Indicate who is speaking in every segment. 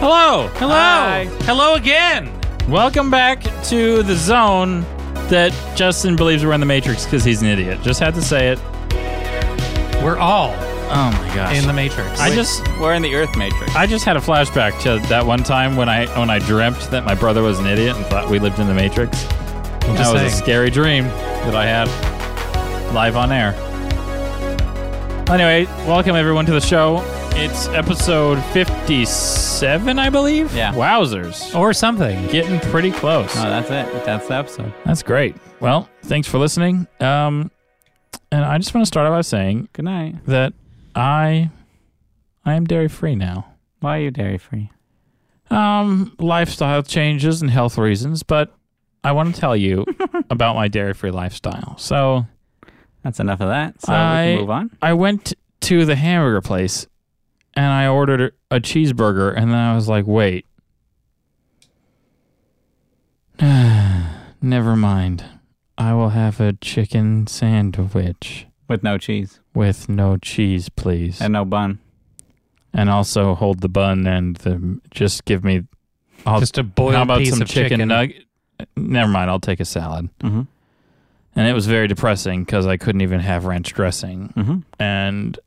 Speaker 1: Hello. Hello.
Speaker 2: Hi.
Speaker 1: Hello again.
Speaker 2: Welcome back to the zone that Justin believes we're in the Matrix because he's an idiot. Just had to say it.
Speaker 1: We're all
Speaker 2: Oh my gosh.
Speaker 1: in the Matrix.
Speaker 2: I just
Speaker 3: We're in the Earth Matrix.
Speaker 2: I just had a flashback to that one time when I when I dreamt that my brother was an idiot and thought we lived in the Matrix.
Speaker 1: I'm
Speaker 2: That
Speaker 1: just
Speaker 2: was a
Speaker 1: saying.
Speaker 2: scary dream that I had live on air. Anyway, welcome everyone to the show. It's episode 57, I believe.
Speaker 3: Yeah.
Speaker 2: Wowzers.
Speaker 1: or something.
Speaker 2: Getting pretty close.
Speaker 3: Oh, that's it. That's the episode.
Speaker 2: That's great. Well, thanks for listening. Um, and I just want to start out by saying
Speaker 3: Good night.
Speaker 2: that I I am dairy free now.
Speaker 3: Why are you dairy free?
Speaker 2: Um, lifestyle changes and health reasons, but I want to tell you about my dairy free lifestyle. So
Speaker 3: That's enough of that. So we
Speaker 2: I-
Speaker 3: can move on.
Speaker 2: I went to the hamburger place and I ordered a cheeseburger, and then I was like, wait. Never mind. I will have a chicken sandwich
Speaker 3: With no cheese
Speaker 2: with no cheese, please.
Speaker 3: and no bun.
Speaker 2: and also hold the bun and the, just give me. I'll,
Speaker 1: Just a boiled
Speaker 2: how about
Speaker 1: piece
Speaker 2: some
Speaker 1: of chicken.
Speaker 2: nugget? Never mind. I'll take a salad.
Speaker 3: Mhm.
Speaker 2: And it was very depressing because I couldn't even have ranch dressing.
Speaker 3: Mm-hmm.
Speaker 2: And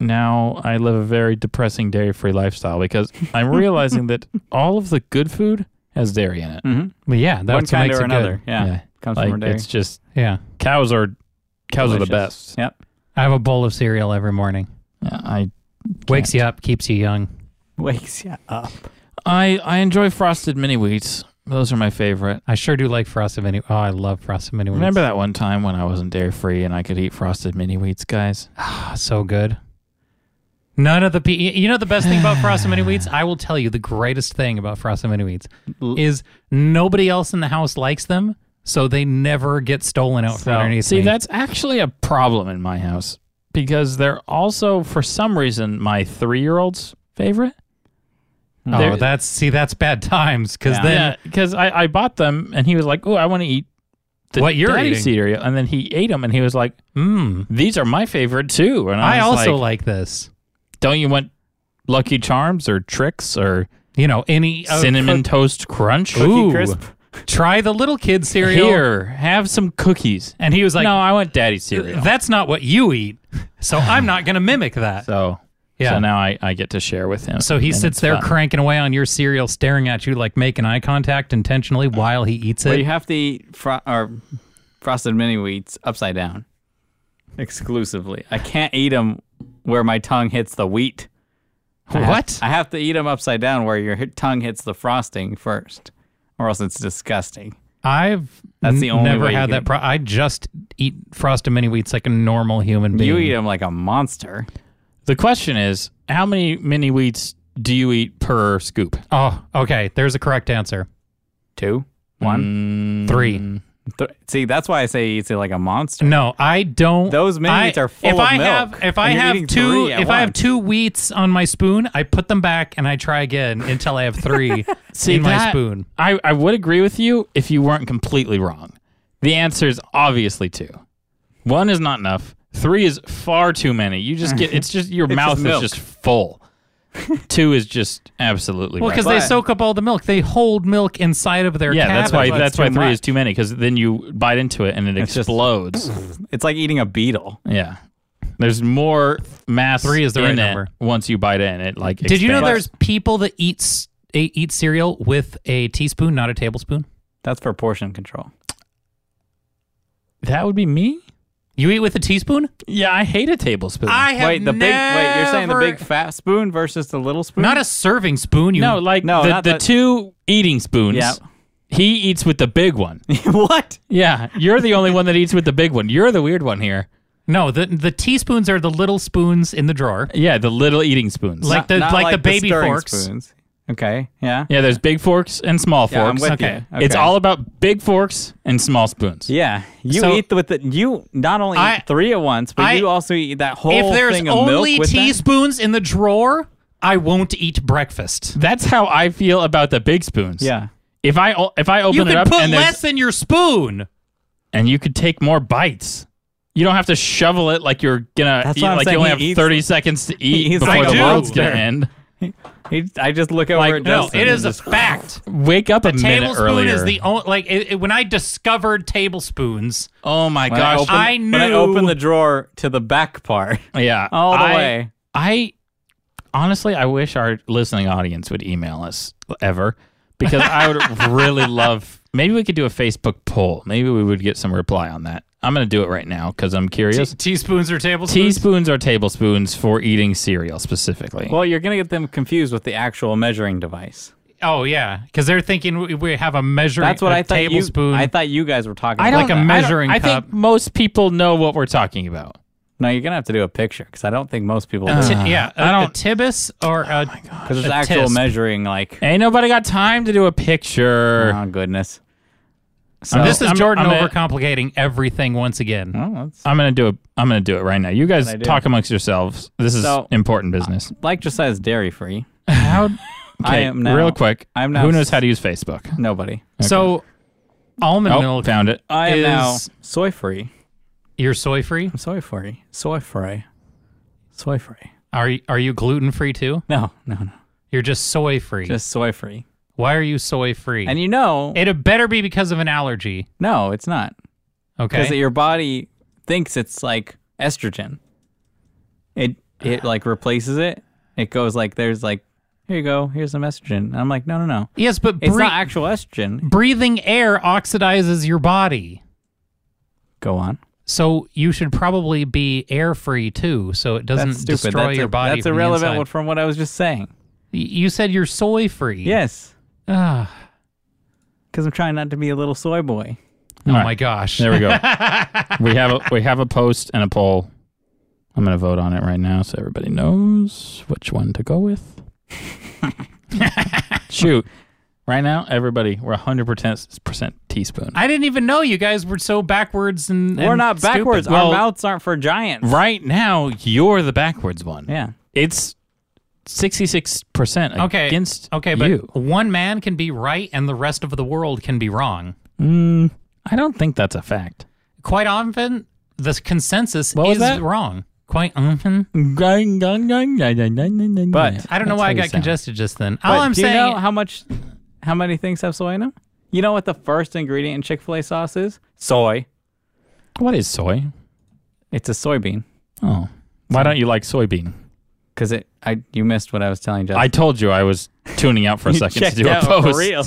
Speaker 2: now I live a very depressing dairy-free lifestyle because I'm realizing that all of the good food has dairy in it.
Speaker 3: Mm-hmm.
Speaker 1: Well, yeah, that's
Speaker 3: One
Speaker 1: what
Speaker 3: kind
Speaker 1: makes
Speaker 3: or
Speaker 1: it
Speaker 3: another.
Speaker 1: good.
Speaker 3: Yeah. Comes from
Speaker 2: like
Speaker 3: her dairy.
Speaker 2: it's just
Speaker 1: Yeah.
Speaker 2: cows are cows are the
Speaker 3: Delicious.
Speaker 2: best.
Speaker 3: Yep.
Speaker 1: I have a bowl of cereal every morning.
Speaker 2: Yeah, I
Speaker 1: Wakes you up, keeps you young.
Speaker 3: Wakes you up.
Speaker 2: I I enjoy frosted mini wheats. Those are my favorite.
Speaker 1: I sure do like frosted mini. Oh, I love frosted mini. Wheats.
Speaker 2: Remember that one time when I wasn't dairy free and I could eat frosted mini wheats, guys?
Speaker 1: Ah, so good. None of the pe- y- you know the best thing about frosted mini wheats. I will tell you the greatest thing about frosted mini wheats
Speaker 3: L-
Speaker 1: is nobody else in the house likes them, so they never get stolen out from
Speaker 3: So-
Speaker 1: underneath
Speaker 2: See,
Speaker 1: me.
Speaker 2: that's actually a problem in my house because they're also, for some reason, my three year old's favorite.
Speaker 1: oh,
Speaker 2: they're-
Speaker 1: that's see, that's bad times because
Speaker 3: Yeah.
Speaker 1: then
Speaker 2: Yeah, because I, I bought them and he was like, "Oh, I want to eat the
Speaker 1: What you're
Speaker 2: daddy
Speaker 1: eating."
Speaker 2: cereal," and then he ate them and he was like,
Speaker 1: mm,
Speaker 2: "These are my favorite too." And I,
Speaker 1: I
Speaker 2: was
Speaker 1: also
Speaker 2: like,
Speaker 1: like this.
Speaker 2: "Don't you want Lucky Charms or Tricks or
Speaker 1: You know, any of-
Speaker 2: Cinnamon Toast Crunch?"
Speaker 1: Ooh,
Speaker 3: crisp.
Speaker 1: try the little kid cereal.
Speaker 2: Here, have some cookies.
Speaker 1: And he was like,
Speaker 2: no, I want daddy cereal.
Speaker 1: "That's not what you eat." So I'm not going to mimic that.
Speaker 2: so
Speaker 1: Yeah.
Speaker 2: so now I, I get to share with him.
Speaker 1: So he
Speaker 2: and
Speaker 1: sits
Speaker 2: it's
Speaker 1: there
Speaker 2: fun.
Speaker 1: cranking away on your cereal, staring at you, like making eye contact
Speaker 3: Uh,
Speaker 1: intentionally while he eats
Speaker 3: Well,
Speaker 1: it.
Speaker 3: you have to eat fro- or frosted mini wheats upside down exclusively. I can't eat them where my tongue hits the wheat.
Speaker 1: what?
Speaker 3: I have to eat them upside down where your hit- tongue hits the frosting first, or else it's disgusting.
Speaker 1: I've
Speaker 3: That's the only
Speaker 1: never
Speaker 3: way you
Speaker 1: had
Speaker 3: can
Speaker 1: that.
Speaker 3: eat.
Speaker 1: Pro- I just eat frosted mini wheats like a normal human being.
Speaker 3: You eat them like a monster.
Speaker 2: The question is, how many mini wheats do you eat per scoop?
Speaker 1: Oh, okay. There's a correct answer.
Speaker 3: Two, one,
Speaker 2: Mm,
Speaker 1: Three.
Speaker 3: thr- See, that's why I say he eats it like a monster.
Speaker 1: No, I don't.
Speaker 3: Those mini
Speaker 1: I-
Speaker 3: wheats are full
Speaker 1: if
Speaker 3: of
Speaker 1: I
Speaker 3: milk,
Speaker 1: Have, if
Speaker 3: and
Speaker 1: I
Speaker 3: you're
Speaker 1: have
Speaker 3: eating
Speaker 1: two,
Speaker 3: three at
Speaker 1: if I have
Speaker 3: once.
Speaker 1: two wheats on my spoon, I put them back and I try again until I have three
Speaker 2: See,
Speaker 1: in my
Speaker 2: that-
Speaker 1: spoon.
Speaker 2: I, I would agree with you if you weren't completely wrong. The answer is obviously two. One is not enough. Three is far too many. You just get it's just your
Speaker 3: just
Speaker 2: mouth
Speaker 3: milk.
Speaker 2: is just full. two is just absolutely
Speaker 1: Well,
Speaker 2: right.
Speaker 1: because they
Speaker 3: But-
Speaker 1: soak up all the milk, they hold milk inside of their
Speaker 2: yeah, that's why
Speaker 1: cavity.
Speaker 3: that's
Speaker 2: that's why
Speaker 3: too
Speaker 2: three
Speaker 3: much.
Speaker 2: is too many because then you bite into it and it
Speaker 3: just-
Speaker 2: explodes.
Speaker 3: It's like eating a beetle.
Speaker 2: yeah, there's more mass.
Speaker 1: Three is the
Speaker 2: in
Speaker 1: right
Speaker 2: it
Speaker 1: number.
Speaker 2: Once you bite in, it like
Speaker 1: Did you know
Speaker 2: expands.
Speaker 1: there's people that eat s- eh, eat cereal with a teaspoon, not a tablespoon?
Speaker 3: That's for portion control.
Speaker 2: that would be me?
Speaker 1: You eat with a teaspoon?
Speaker 2: Yeah, I hate a tablespoon.
Speaker 1: have
Speaker 3: wait, the big wait, you're saying the big fat spoon versus the little spoon?
Speaker 1: not a serving spoon. You
Speaker 2: no like
Speaker 3: No,
Speaker 2: the,
Speaker 3: not
Speaker 2: the
Speaker 3: that-
Speaker 2: two eating spoons.
Speaker 3: Yeah.
Speaker 2: He eats with the big one.
Speaker 3: what?
Speaker 2: Yeah, you're the only one that eats with the big one. You're the weird one here.
Speaker 1: no. The the teaspoons are the little spoons in the drawer.
Speaker 2: Yeah, the little eating spoons.
Speaker 1: Like the-
Speaker 3: Not
Speaker 1: like the baby
Speaker 3: stirring
Speaker 1: forks.
Speaker 3: Spoons. Okay. Yeah.
Speaker 2: yeah, there's big forks and small
Speaker 3: Yeah, I'm
Speaker 2: forks.
Speaker 3: with
Speaker 1: Okay.
Speaker 3: you. Okay.
Speaker 2: It's all about big forks and small spoons.
Speaker 3: Yeah, you
Speaker 1: So-
Speaker 3: eat with the you not only
Speaker 1: I-
Speaker 3: eat three at once, but
Speaker 1: I-
Speaker 3: you also eat that whole
Speaker 1: If there's
Speaker 3: thing of
Speaker 1: only
Speaker 3: milk with that.
Speaker 1: teaspoons in the drawer, I won't eat breakfast.
Speaker 2: That's how I feel about the big spoons.
Speaker 3: Yeah,
Speaker 2: If I o- if I open
Speaker 1: You
Speaker 2: it
Speaker 1: can
Speaker 2: up
Speaker 1: put
Speaker 2: and there's-
Speaker 1: less in your spoon.
Speaker 2: and you could take more bites. You don't have to shovel it like you're gonna
Speaker 3: That's
Speaker 2: eat,
Speaker 3: what I'm
Speaker 2: like
Speaker 3: saying.
Speaker 2: you only
Speaker 3: He
Speaker 2: have
Speaker 3: eats-
Speaker 2: 30 seconds to eat
Speaker 3: eats
Speaker 2: before
Speaker 1: like
Speaker 2: the
Speaker 1: a
Speaker 2: world's
Speaker 3: monster.
Speaker 2: gonna end.
Speaker 3: He, I just look over
Speaker 2: Like,
Speaker 3: at
Speaker 1: No,
Speaker 3: Justin.
Speaker 1: it
Speaker 3: and
Speaker 1: is a
Speaker 3: just-
Speaker 1: fact.
Speaker 2: Wake up a minute
Speaker 1: Tablespoon
Speaker 2: earlier.
Speaker 1: is the only like it, it- when I discovered tablespoons.
Speaker 2: oh my
Speaker 3: When I,
Speaker 2: gosh!
Speaker 3: open,
Speaker 1: I
Speaker 3: when I
Speaker 1: knew-
Speaker 3: open the drawer to the back part,
Speaker 2: yeah,
Speaker 3: all the
Speaker 2: I-
Speaker 3: way.
Speaker 2: I honestly, I wish our listening audience would email us ever because I would really love. Maybe we could do a Facebook poll. Maybe we would get some reply on that. I'm going to do it right now because I'm
Speaker 1: Te-
Speaker 2: curious.
Speaker 1: teaspoons or tablespoons?
Speaker 2: Teaspoons or tablespoons for eating cereal specifically.
Speaker 3: Well, you're gonna get them confused with the actual measuring device.
Speaker 1: oh yeah, because they're thinking we, we have a measuring.
Speaker 3: That's what
Speaker 1: a
Speaker 3: I thought.
Speaker 1: Tablespoon.
Speaker 3: You, I thought you guys were talking.
Speaker 2: I don't
Speaker 3: about
Speaker 1: like a
Speaker 2: I don't-
Speaker 1: measuring
Speaker 2: I,
Speaker 1: cup.
Speaker 2: think most people know what we're talking about.
Speaker 3: No, you're gonna have to do a picture because I don't think most people do.
Speaker 1: Ti- yeah,
Speaker 2: I
Speaker 1: I
Speaker 2: don't-
Speaker 1: don't a tibis or
Speaker 3: Oh
Speaker 1: a.
Speaker 3: because it's
Speaker 1: Uh, a
Speaker 3: actual
Speaker 1: tisp.
Speaker 3: measuring. Like,
Speaker 2: Ain't nobody got time to do a picture.
Speaker 3: oh goodness.
Speaker 2: I'm
Speaker 1: this is
Speaker 2: I'm-
Speaker 1: Jordan
Speaker 2: I'm a-
Speaker 1: overcomplicating everything once again.
Speaker 3: Well, that's
Speaker 2: I'm gonna do it. I'm gonna do it right now. You guys
Speaker 3: do.
Speaker 2: talk amongst yourselves. This is
Speaker 3: So-
Speaker 2: important business.
Speaker 3: like just says dairy free.
Speaker 2: How?
Speaker 3: I am now-
Speaker 2: real quick.
Speaker 3: I'm now
Speaker 2: Who knows
Speaker 3: s-
Speaker 2: how to use Facebook?
Speaker 3: Nobody.
Speaker 1: So, almond
Speaker 2: Oh,
Speaker 1: milk.
Speaker 2: found it.
Speaker 3: I am now
Speaker 1: Is-
Speaker 3: soy free.
Speaker 1: You're soy free.
Speaker 3: I'm soy free. Soy free. Soy free.
Speaker 1: Are you, are you gluten free too?
Speaker 3: No, no, no.
Speaker 1: You're just soy free.
Speaker 3: Just soy free.
Speaker 1: Why are you soy free?
Speaker 3: And you know,
Speaker 1: it had better be because of an allergy.
Speaker 3: no, it's not because
Speaker 1: Okay.
Speaker 3: your body thinks it's like estrogen. It it
Speaker 1: Ah.
Speaker 3: like replaces it. It goes like there's like here you go. Here's some estrogen. And I'm like no, no, no.
Speaker 1: yes, but
Speaker 3: It's
Speaker 1: bre-
Speaker 3: not actual estrogen.
Speaker 1: breathing air oxidizes your body.
Speaker 3: Go on.
Speaker 1: So you should probably be air free too, so it doesn't
Speaker 3: That's stupid.
Speaker 1: destroy
Speaker 3: that's
Speaker 1: your
Speaker 3: a-
Speaker 1: body.
Speaker 3: That's
Speaker 1: from the
Speaker 3: irrelevant
Speaker 1: inside.
Speaker 3: what- from what I was just saying.
Speaker 1: Y- you said you're soy free.
Speaker 3: Yes,
Speaker 1: Ah,
Speaker 3: because I'm trying not to be a little soy boy.
Speaker 1: oh
Speaker 2: All right.
Speaker 1: my gosh.
Speaker 2: There we go. we have a we have a post and a poll. I'm gonna vote on it right now so everybody knows which one to go with. Shoot. Right now, everybody, we're 100% percent teaspoon.
Speaker 1: I didn't even know you guys were so backwards and,
Speaker 3: We're
Speaker 1: and
Speaker 3: not
Speaker 1: stupid.
Speaker 3: backwards.
Speaker 2: Well-
Speaker 3: Our mouths aren't for giants.
Speaker 2: right now, you're the backwards one.
Speaker 3: Yeah.
Speaker 2: It's 66%
Speaker 1: Okay.
Speaker 2: against
Speaker 1: Okay, but
Speaker 2: you.
Speaker 1: one man can be right and the rest of the world can be wrong.
Speaker 2: Mm, I don't think that's a fact.
Speaker 1: Quite often, the consensus
Speaker 2: What was
Speaker 1: is
Speaker 2: that?
Speaker 1: wrong. Quite often.
Speaker 2: But I don't
Speaker 1: I don't know why I got congested just then. All
Speaker 3: But
Speaker 1: I'm
Speaker 3: do
Speaker 1: saying,
Speaker 3: you know how much, how many things have soy in them? You know what the first ingredient in Chick Fil A sauce is? Soy.
Speaker 2: What is soy?
Speaker 3: It's a soybean.
Speaker 2: Oh. Why don't you like soybean?
Speaker 3: Cause it, I, you missed what I was telling Justin.
Speaker 2: I told you I was tuning out for a
Speaker 3: You
Speaker 2: second to
Speaker 3: checked
Speaker 2: do a
Speaker 3: out
Speaker 2: post.
Speaker 3: For real.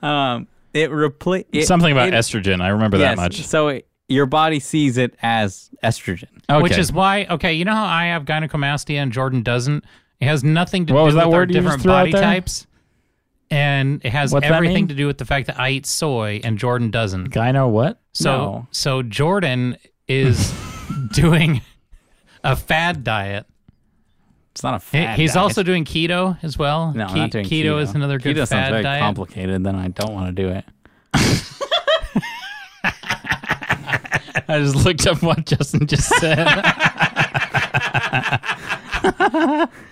Speaker 3: Um, it repli- it-
Speaker 2: Something about
Speaker 3: it-
Speaker 2: estrogen. I remember
Speaker 3: yes,
Speaker 2: that much.
Speaker 3: So it, your body sees it as estrogen.
Speaker 2: Okay.
Speaker 1: which is why, okay, you know how I have gynecomastia and Jordan doesn't? It has nothing to
Speaker 2: What
Speaker 1: do
Speaker 2: was
Speaker 1: with
Speaker 2: that
Speaker 1: our
Speaker 2: word you just
Speaker 1: different
Speaker 2: threw out
Speaker 1: body
Speaker 2: there?
Speaker 1: types. And it has
Speaker 2: What's that mean?
Speaker 1: everything to do with the fact that I eat soy and Jordan doesn't.
Speaker 2: gyno what?
Speaker 1: So,
Speaker 3: No.
Speaker 1: so Jordan is doing a fad diet.
Speaker 3: It's not a
Speaker 1: He-
Speaker 3: fad.
Speaker 1: He's
Speaker 3: diet.
Speaker 1: also doing keto as well.
Speaker 3: no, I'm
Speaker 1: Ke-
Speaker 3: not doing keto.
Speaker 1: keto, is another good
Speaker 3: keto sounds
Speaker 1: fad
Speaker 3: very
Speaker 1: diet.
Speaker 3: complicated. Then I don't want to do it.
Speaker 2: I just looked up what Justin just said.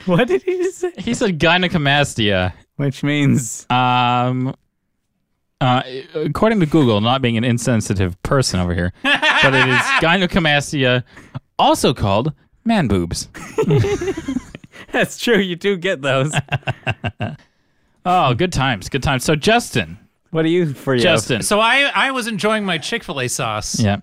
Speaker 3: What did he just say?
Speaker 2: he said gynecomastia.
Speaker 3: Which means
Speaker 2: Um, uh, according to Google, not being an insensitive person over here, but it is gynecomastia, also called man boobs.
Speaker 3: that's true. You do get those.
Speaker 2: Oh, good times, good times. So Justin,
Speaker 3: what do you for you?
Speaker 2: Justin,
Speaker 1: So I, I was enjoying my Chick Fil A sauce
Speaker 2: yeah.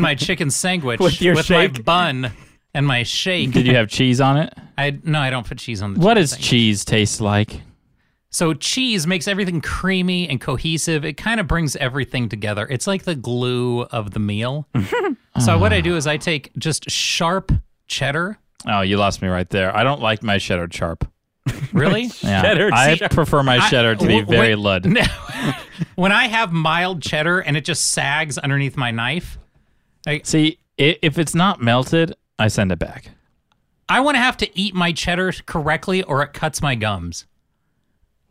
Speaker 1: my chicken sandwich
Speaker 3: With your
Speaker 1: my
Speaker 3: shake?
Speaker 1: bun and my shake.
Speaker 2: Did you have cheese on it?
Speaker 1: I no, I don't put cheese on the.
Speaker 2: What
Speaker 1: chicken
Speaker 2: does
Speaker 1: thing.
Speaker 2: cheese taste like?
Speaker 1: So cheese makes everything creamy and cohesive. It kind of brings everything together. It's like the glue of the meal. so what
Speaker 2: Ah.
Speaker 1: I do is I take just sharp cheddar.
Speaker 2: Oh, you lost me right there. I don't like my cheddar sharp.
Speaker 1: Really?
Speaker 2: Yeah.
Speaker 3: Cheddar
Speaker 2: I
Speaker 3: sharp.
Speaker 2: prefer my cheddar to be
Speaker 1: w-
Speaker 2: very
Speaker 1: wait.
Speaker 2: lud.
Speaker 1: No. when I have mild cheddar and it just sags underneath my knife,
Speaker 2: See, i if it's not melted, I send it back.
Speaker 1: I want to have to eat my cheddar correctly or it cuts my gums.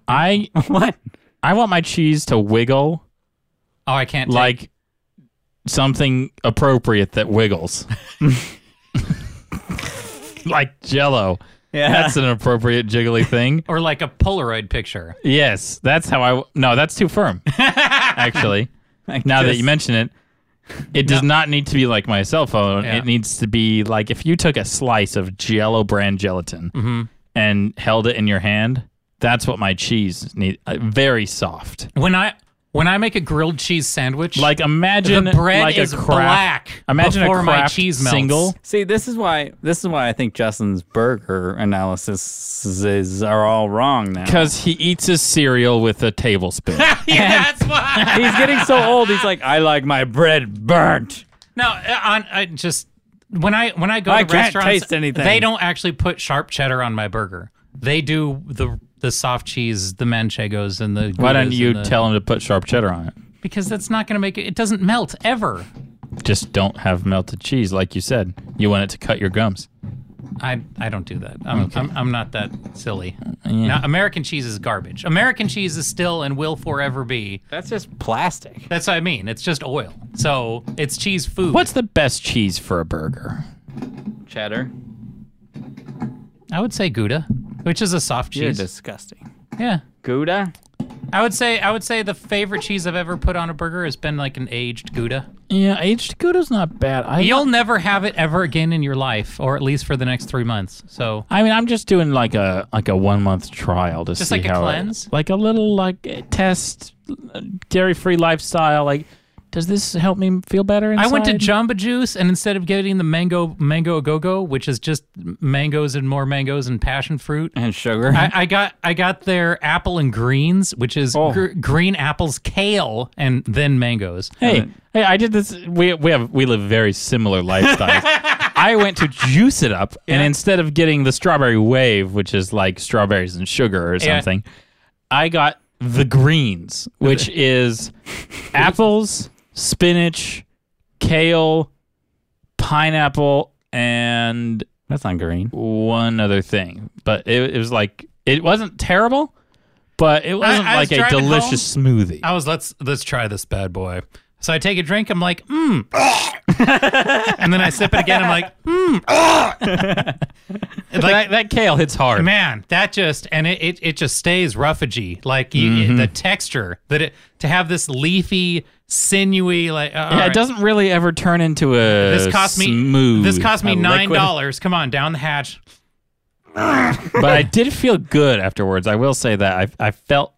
Speaker 2: I
Speaker 3: What?
Speaker 2: I want my cheese to wiggle
Speaker 1: Oh, I can't. take-
Speaker 2: like something appropriate that wiggles. like jello.
Speaker 3: Yeah.
Speaker 2: That's an appropriate jiggly thing.
Speaker 1: or like a Polaroid picture.
Speaker 2: Yes, that's how I w- No, that's too firm. Actually,
Speaker 3: Like
Speaker 2: now that
Speaker 3: just-
Speaker 2: you mention it, it does not need to be like my cell phone.
Speaker 1: Yeah. Mm-hmm.
Speaker 2: It needs to be like if you took a slice of jello brand gelatin and held it in your hand. That's what my cheese need. uh, Very soft.
Speaker 1: When I when I make a grilled cheese sandwich,
Speaker 2: Like
Speaker 1: the
Speaker 2: imagine
Speaker 1: bread
Speaker 2: like
Speaker 1: is
Speaker 2: a craft,
Speaker 1: black.
Speaker 2: Imagine
Speaker 1: before
Speaker 2: a craft
Speaker 1: my cheese melts.
Speaker 2: single.
Speaker 3: See, this is why this is why I think Justin's burger analyses are all wrong now.
Speaker 2: Because he eats his cereal with a tablespoon.
Speaker 1: yeah, that's why.
Speaker 3: He's getting so old. He's like, I like my bread burnt.
Speaker 1: No, uh, on I just when I when I go
Speaker 3: I
Speaker 1: to
Speaker 3: can't
Speaker 1: restaurants,
Speaker 3: taste anything.
Speaker 1: They don't actually put sharp cheddar on my burger. They do the the soft cheese, the manchegos, and the.
Speaker 2: Why don't
Speaker 1: Goudas
Speaker 2: you
Speaker 1: and the-
Speaker 2: tell him to put sharp cheddar on it?
Speaker 1: Because that's not going to make it. It doesn't melt ever.
Speaker 2: Just don't have melted cheese, like you said. You want it to cut your gums.
Speaker 1: I I don't do that. I'm I'm, I'm not that silly. Now, American cheese is garbage. American cheese is still and will forever be.
Speaker 3: That's just plastic.
Speaker 1: That's what I mean. It's just oil. So it's cheese food.
Speaker 2: What's the best cheese for a burger?
Speaker 3: Cheddar.
Speaker 1: I would say Gouda, which is a soft
Speaker 3: You're
Speaker 1: cheese.
Speaker 3: disgusting.
Speaker 1: yeah.
Speaker 3: Gouda.
Speaker 1: I would say I would say the favorite cheese I've ever put on a burger has been like an aged Gouda.
Speaker 2: Yeah, aged Gouda's not bad. I
Speaker 1: You'll never have it ever again in your life, or at least for the next three months. So
Speaker 2: I mean, I'm just doing like a like a one month trial to
Speaker 1: Just
Speaker 2: see
Speaker 1: like a
Speaker 2: how it-
Speaker 1: cleanse?
Speaker 2: like a little like eh, test, dairy free lifestyle. Like, does this help me feel better? Inside?
Speaker 1: I went to Jamba Juice, and instead of getting the mango mango go go, which is just mangoes and more mangoes and passion fruit,
Speaker 3: And sugar.
Speaker 1: I, I got I got their apple and greens, which is gr- green apples, kale, and then mangoes.
Speaker 2: Hey, hey, I did this. We we have we live very similar lifestyles. I went to juice it up, and instead of getting the strawberry wave, which is like strawberries and sugar or
Speaker 1: Yeah.
Speaker 2: something, I got the greens, which is apples, spinach, kale, pineapple, and
Speaker 3: That's not green.
Speaker 2: one other thing. But it, it was like it wasn't terrible, but it wasn't
Speaker 1: I was
Speaker 2: like a
Speaker 1: driving
Speaker 2: delicious smoothie.
Speaker 1: I was let's let's try this bad boy. So I take a drink. I'm like, mmm, and then I sip it again. I'm like, mmm,
Speaker 2: that, that kale hits hard.
Speaker 1: man, that just and it it, it just stays roughagey. Like you, the
Speaker 2: Mm-hmm.
Speaker 1: texture that it to have this leafy, sinewy like. Uh,
Speaker 2: Yeah, it doesn't really ever turn into a
Speaker 1: This cost me.
Speaker 2: smooth,
Speaker 1: this cost me
Speaker 2: a
Speaker 1: nine
Speaker 2: liquid.
Speaker 1: dollars. Come on, down the hatch.
Speaker 2: but I did feel good afterwards. I will say that I I felt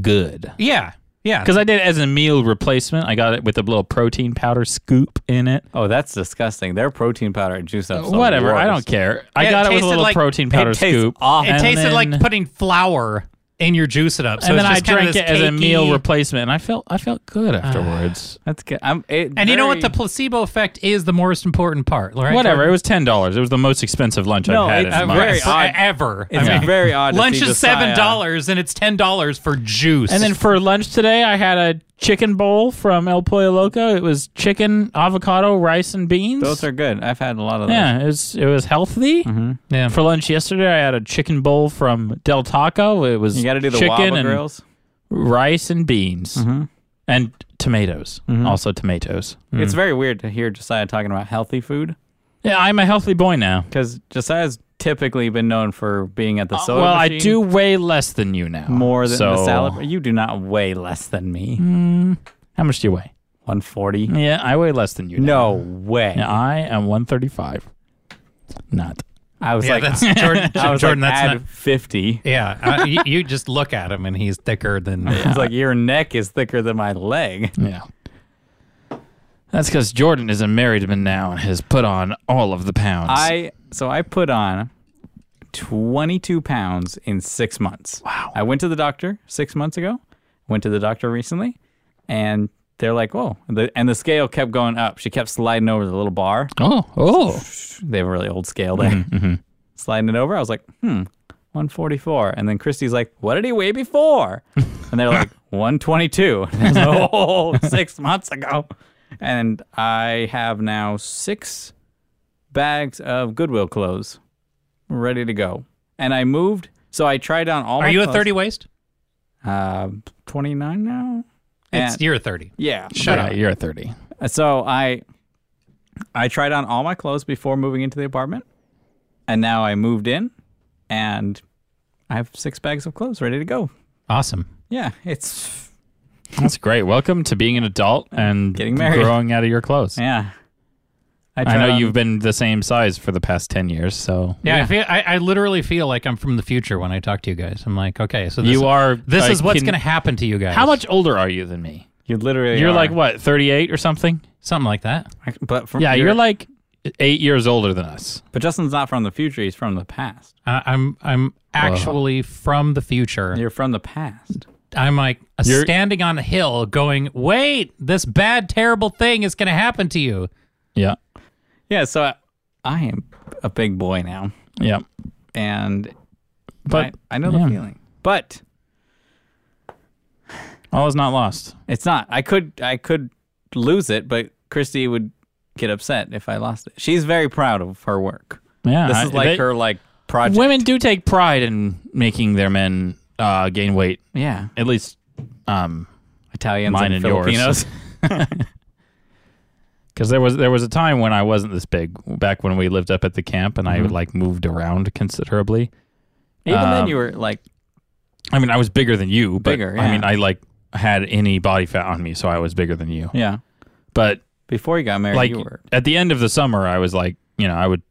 Speaker 2: good
Speaker 1: Yeah, yeah.
Speaker 2: because I did it as a meal replacement. I got it with a little protein powder scoop in it.
Speaker 3: Oh, that's disgusting. Their protein powder and juice up.
Speaker 2: Uh, Whatever, I don't care. I
Speaker 1: Yeah, it
Speaker 2: got it, with a
Speaker 1: tasted
Speaker 2: little
Speaker 1: like-
Speaker 2: protein powder
Speaker 3: tastes
Speaker 2: scoop.
Speaker 3: awful.
Speaker 1: It
Speaker 2: and
Speaker 1: tasted like
Speaker 2: then-
Speaker 1: putting flour in your juice it up. So
Speaker 2: and then
Speaker 1: it's
Speaker 2: I
Speaker 1: just kinda
Speaker 2: drank
Speaker 1: this
Speaker 2: it as a meal
Speaker 1: cakey-
Speaker 2: replacement, and I felt I felt
Speaker 1: Ah.
Speaker 2: good afterwards.
Speaker 3: That's good. I'm, it,
Speaker 1: and you know what? The
Speaker 3: very-
Speaker 1: placebo effect is the most important part, right?
Speaker 2: Whatever, it was ten dollars. It was the most expensive lunch
Speaker 3: No,
Speaker 2: I've had
Speaker 3: it-
Speaker 2: in
Speaker 3: uh,
Speaker 2: months.
Speaker 3: very
Speaker 1: For-
Speaker 3: odd.
Speaker 1: Ever.
Speaker 3: It's very odd to
Speaker 1: Lunch
Speaker 3: see
Speaker 1: is
Speaker 3: Josiah-
Speaker 1: seven dollars, and it's ten dollars for juice.
Speaker 2: And then for lunch today, I had a chicken bowl from El Pollo Loco. It was chicken, avocado, rice, and beans.
Speaker 3: Those are Mm-hmm. good. I've had a lot of those.
Speaker 2: yeah, it was it was healthy.
Speaker 1: yeah.
Speaker 2: For lunch yesterday, I had a chicken bowl from Del Taco. It was
Speaker 3: You got to do the
Speaker 2: chicken
Speaker 3: Waba
Speaker 2: and
Speaker 3: grills. Mm-hmm.
Speaker 2: rice and beans and tomatoes. Also tomatoes.
Speaker 3: It's very weird to hear Josiah talking about healthy food
Speaker 2: Yeah, I'm a healthy boy now.
Speaker 3: because Josiah's typically been known for being at the soda
Speaker 2: Uh, well, I
Speaker 3: machine
Speaker 2: do weigh less than you now.
Speaker 3: more than the
Speaker 2: so-
Speaker 3: salad. You do not weigh less than me.
Speaker 2: How much do you weigh?
Speaker 3: 140.
Speaker 2: Yeah, I weigh less than you. now.
Speaker 3: No way.
Speaker 2: Yeah, I am 135. Not.
Speaker 3: I was
Speaker 1: Yeah,
Speaker 3: like,
Speaker 1: that's Jordan.
Speaker 3: I was
Speaker 1: Jordan,
Speaker 3: like,
Speaker 1: that's
Speaker 3: add
Speaker 1: not.
Speaker 3: 50.
Speaker 1: Yeah, uh, you, you just look at him, and he's thicker than.
Speaker 3: It's like your neck is thicker than my leg.
Speaker 2: Yeah. That's because Jordan is a married man now and has put on all of the pounds.
Speaker 3: I so I put on 22 pounds in six months.
Speaker 2: Wow.
Speaker 3: I went to the doctor six months ago. Went to the doctor recently, and they're like, "Whoa!" The, and the scale kept going up. She kept sliding over the little bar.
Speaker 2: oh, oh.
Speaker 3: They have a really old scale there.
Speaker 1: Mm-hmm,
Speaker 3: Sliding it over, I was like, "Hmm, 144." And then Christy's like, "What did he weigh before?" And they're like, "122." And I was like, oh, six months ago. And I have now six bags of Goodwill clothes ready to go. And I moved, so I tried on all.
Speaker 1: Are
Speaker 3: my
Speaker 1: you a
Speaker 3: clothes
Speaker 1: thirty waist?
Speaker 3: uh, 29 now.
Speaker 1: It's
Speaker 3: And-
Speaker 1: you're a thirty.
Speaker 3: yeah.
Speaker 1: Shut
Speaker 2: yeah,
Speaker 1: up.
Speaker 2: You're 30.
Speaker 3: So I I tried on all my clothes before moving into the apartment, and now I moved in, and I have six bags of clothes ready to go.
Speaker 1: Awesome.
Speaker 3: Yeah, it's
Speaker 2: That's great. Welcome to being an adult and
Speaker 3: Getting married.
Speaker 2: growing out of your clothes.
Speaker 3: yeah. I,
Speaker 2: I
Speaker 3: tried
Speaker 2: know
Speaker 3: on-
Speaker 2: you've been the same size for the past 10 years, so
Speaker 1: Yeah, I, feel, I, I literally feel like I'm from the future when I talk to you guys. I'm like, okay, so this,
Speaker 2: you are.
Speaker 1: this
Speaker 2: I
Speaker 1: is what's
Speaker 2: can-
Speaker 1: going to happen to you guys.
Speaker 2: How much older are you than me?
Speaker 3: You literally.
Speaker 2: You're
Speaker 3: are.
Speaker 2: like, what, 38 or something?
Speaker 1: Something like that.
Speaker 3: But from,
Speaker 2: Yeah, you're, like eight years older than us.
Speaker 3: But Justin's not from the future. He's from the past.
Speaker 1: I, I'm I'm actually from the future.
Speaker 3: You're from the past.
Speaker 1: I'm like
Speaker 2: You're-
Speaker 1: standing on a hill, going, "Wait, this bad, terrible thing is going to happen to you."
Speaker 2: Yeah.
Speaker 3: Yeah. So I, I am a big boy now,
Speaker 2: Yeah.
Speaker 3: and
Speaker 2: But
Speaker 3: I, I know
Speaker 2: yeah.
Speaker 3: the feeling. But
Speaker 2: all is not lost.
Speaker 3: it's not. I could I could lose it, but Christy would get upset if I lost it. She's very proud of her work.
Speaker 2: Yeah.
Speaker 3: This
Speaker 2: I-
Speaker 3: is like
Speaker 2: Uh-huh. they-
Speaker 3: her like project.
Speaker 2: Women do take pride in making their men uh, gain weight,
Speaker 3: Yeah,
Speaker 2: at least um,
Speaker 3: Italians
Speaker 2: Mine and
Speaker 3: and,
Speaker 2: yours.
Speaker 3: Filipinos.
Speaker 2: Because there was there was a time when I wasn't this big back when we lived up at the camp and
Speaker 3: Mm-hmm.
Speaker 2: I like moved around considerably.
Speaker 3: Even then,
Speaker 2: Um,
Speaker 3: you were like,
Speaker 2: I mean, I was bigger than you, but
Speaker 3: Bigger,
Speaker 2: I mean,
Speaker 3: yeah.
Speaker 2: I like had any body fat on me, so I was bigger than you.
Speaker 3: yeah.
Speaker 2: But
Speaker 3: Before you got married,
Speaker 2: like
Speaker 3: you were.
Speaker 2: at the end of the summer, I was like, you know, I would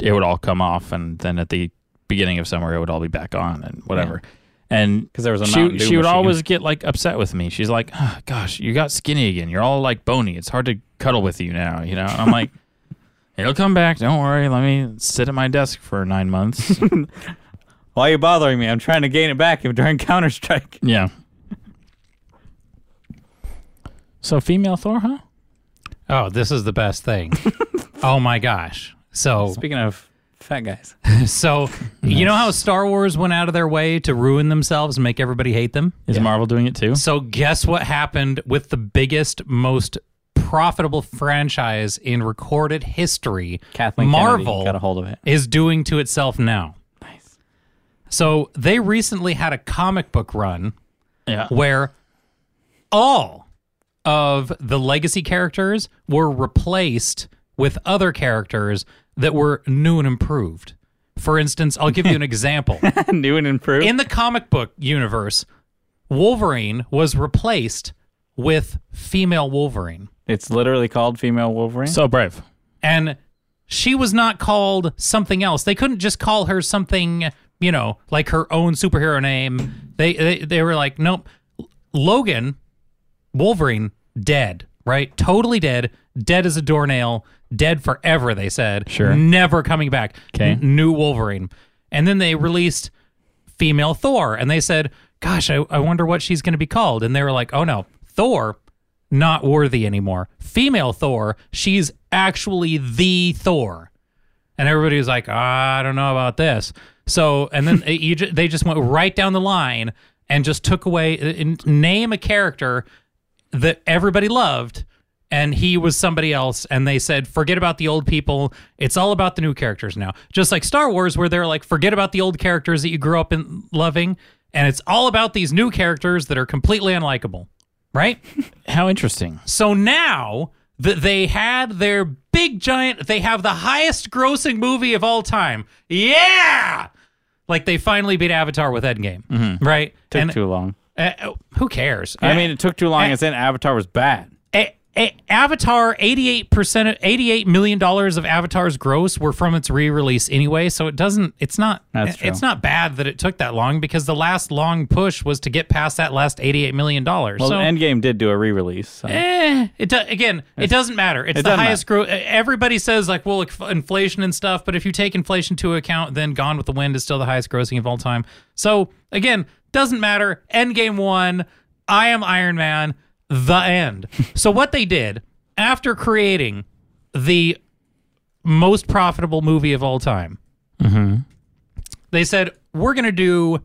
Speaker 2: it would all come off, and then at the beginning of summer, it would all be back on and whatever. And
Speaker 3: 'Cause there was a
Speaker 2: she,
Speaker 3: Mountain Dew
Speaker 2: she would
Speaker 3: machine.
Speaker 2: always get like upset with me. She's like, "Ah, "Gosh, you got skinny again. You're all like bony. It's hard to cuddle with you now." You know, I'm like. It'll come back. Don't worry. Let me sit at my desk for nine months.
Speaker 3: Why are you bothering me? I'm trying to gain it back during Counter Strike.
Speaker 2: yeah. So female Thor, huh?
Speaker 1: Oh, this is the best thing. oh my gosh. So
Speaker 3: Speaking of fat guys,
Speaker 1: so you know how Star Wars went out of their way to ruin themselves and make everybody hate them?
Speaker 2: Is Marvel doing it too?
Speaker 1: So guess what happened with the biggest, most profitable franchise in recorded history?
Speaker 3: Kathleen Kennedy
Speaker 1: Marvel
Speaker 3: got a hold of it.
Speaker 1: is doing to itself now.
Speaker 3: Nice.
Speaker 1: So they recently had a comic book run
Speaker 2: Yeah.
Speaker 1: where all of the legacy characters were replaced with other characters that were new and improved. For instance, I'll give you an example.
Speaker 3: New and improved.
Speaker 1: In the comic book universe, Wolverine was replaced with female Wolverine.
Speaker 3: it's literally called female Wolverine.
Speaker 2: So brave.
Speaker 1: And she was not called something else. They couldn't just call her something, you know, like her own superhero name. They they, they were like, nope. Logan, Wolverine, dead, right? Totally dead. Dead as a doornail. Dead forever, they said.
Speaker 2: Sure.
Speaker 1: Never coming back.
Speaker 2: Okay.
Speaker 1: N- new Wolverine. And then they released female Thor. And they said, Gosh, I, I wonder what she's going to be called. And they were like, Oh no, Thor, not worthy anymore. Female Thor, she's actually the Thor. And everybody was like, I don't know about this. So, and then it, you ju- they just went right down the line and just took away, and name a character that everybody loved and he was somebody else and they said forget about the old people it's all about the new characters now just like star wars where they're like forget about the old characters that you grew up in loving and it's all about these new characters that are completely unlikable right
Speaker 2: How interesting.
Speaker 1: so now that they had their big giant they have the highest grossing movie of all time yeah like they finally beat avatar with endgame right
Speaker 3: took
Speaker 1: and
Speaker 3: too long.
Speaker 1: uh, who cares
Speaker 3: I mean, it took too long. It's in Avatar was bad.
Speaker 1: A- A- Avatar, eighty-eight percent, eighty-eight million dollars of Avatar's gross were from its re-release anyway, so it doesn't. It's not.
Speaker 3: That's true.
Speaker 1: It's not bad that it took that long because the last long push was to get past that last eighty-eight million dollars.
Speaker 3: Well,
Speaker 1: so
Speaker 3: Endgame did do a re-release. so-
Speaker 1: eh, it do, again, it doesn't matter. It's the
Speaker 3: doesn't
Speaker 1: highest gross. Everybody says like, well, inf- inflation and stuff, but if you take inflation to account, then Gone with the Wind is still the highest grossing of all time. So again, doesn't matter. Endgame one. I am Iron Man. The end. so what they did after creating the most profitable movie of all time, Mm-hmm. they said we're gonna do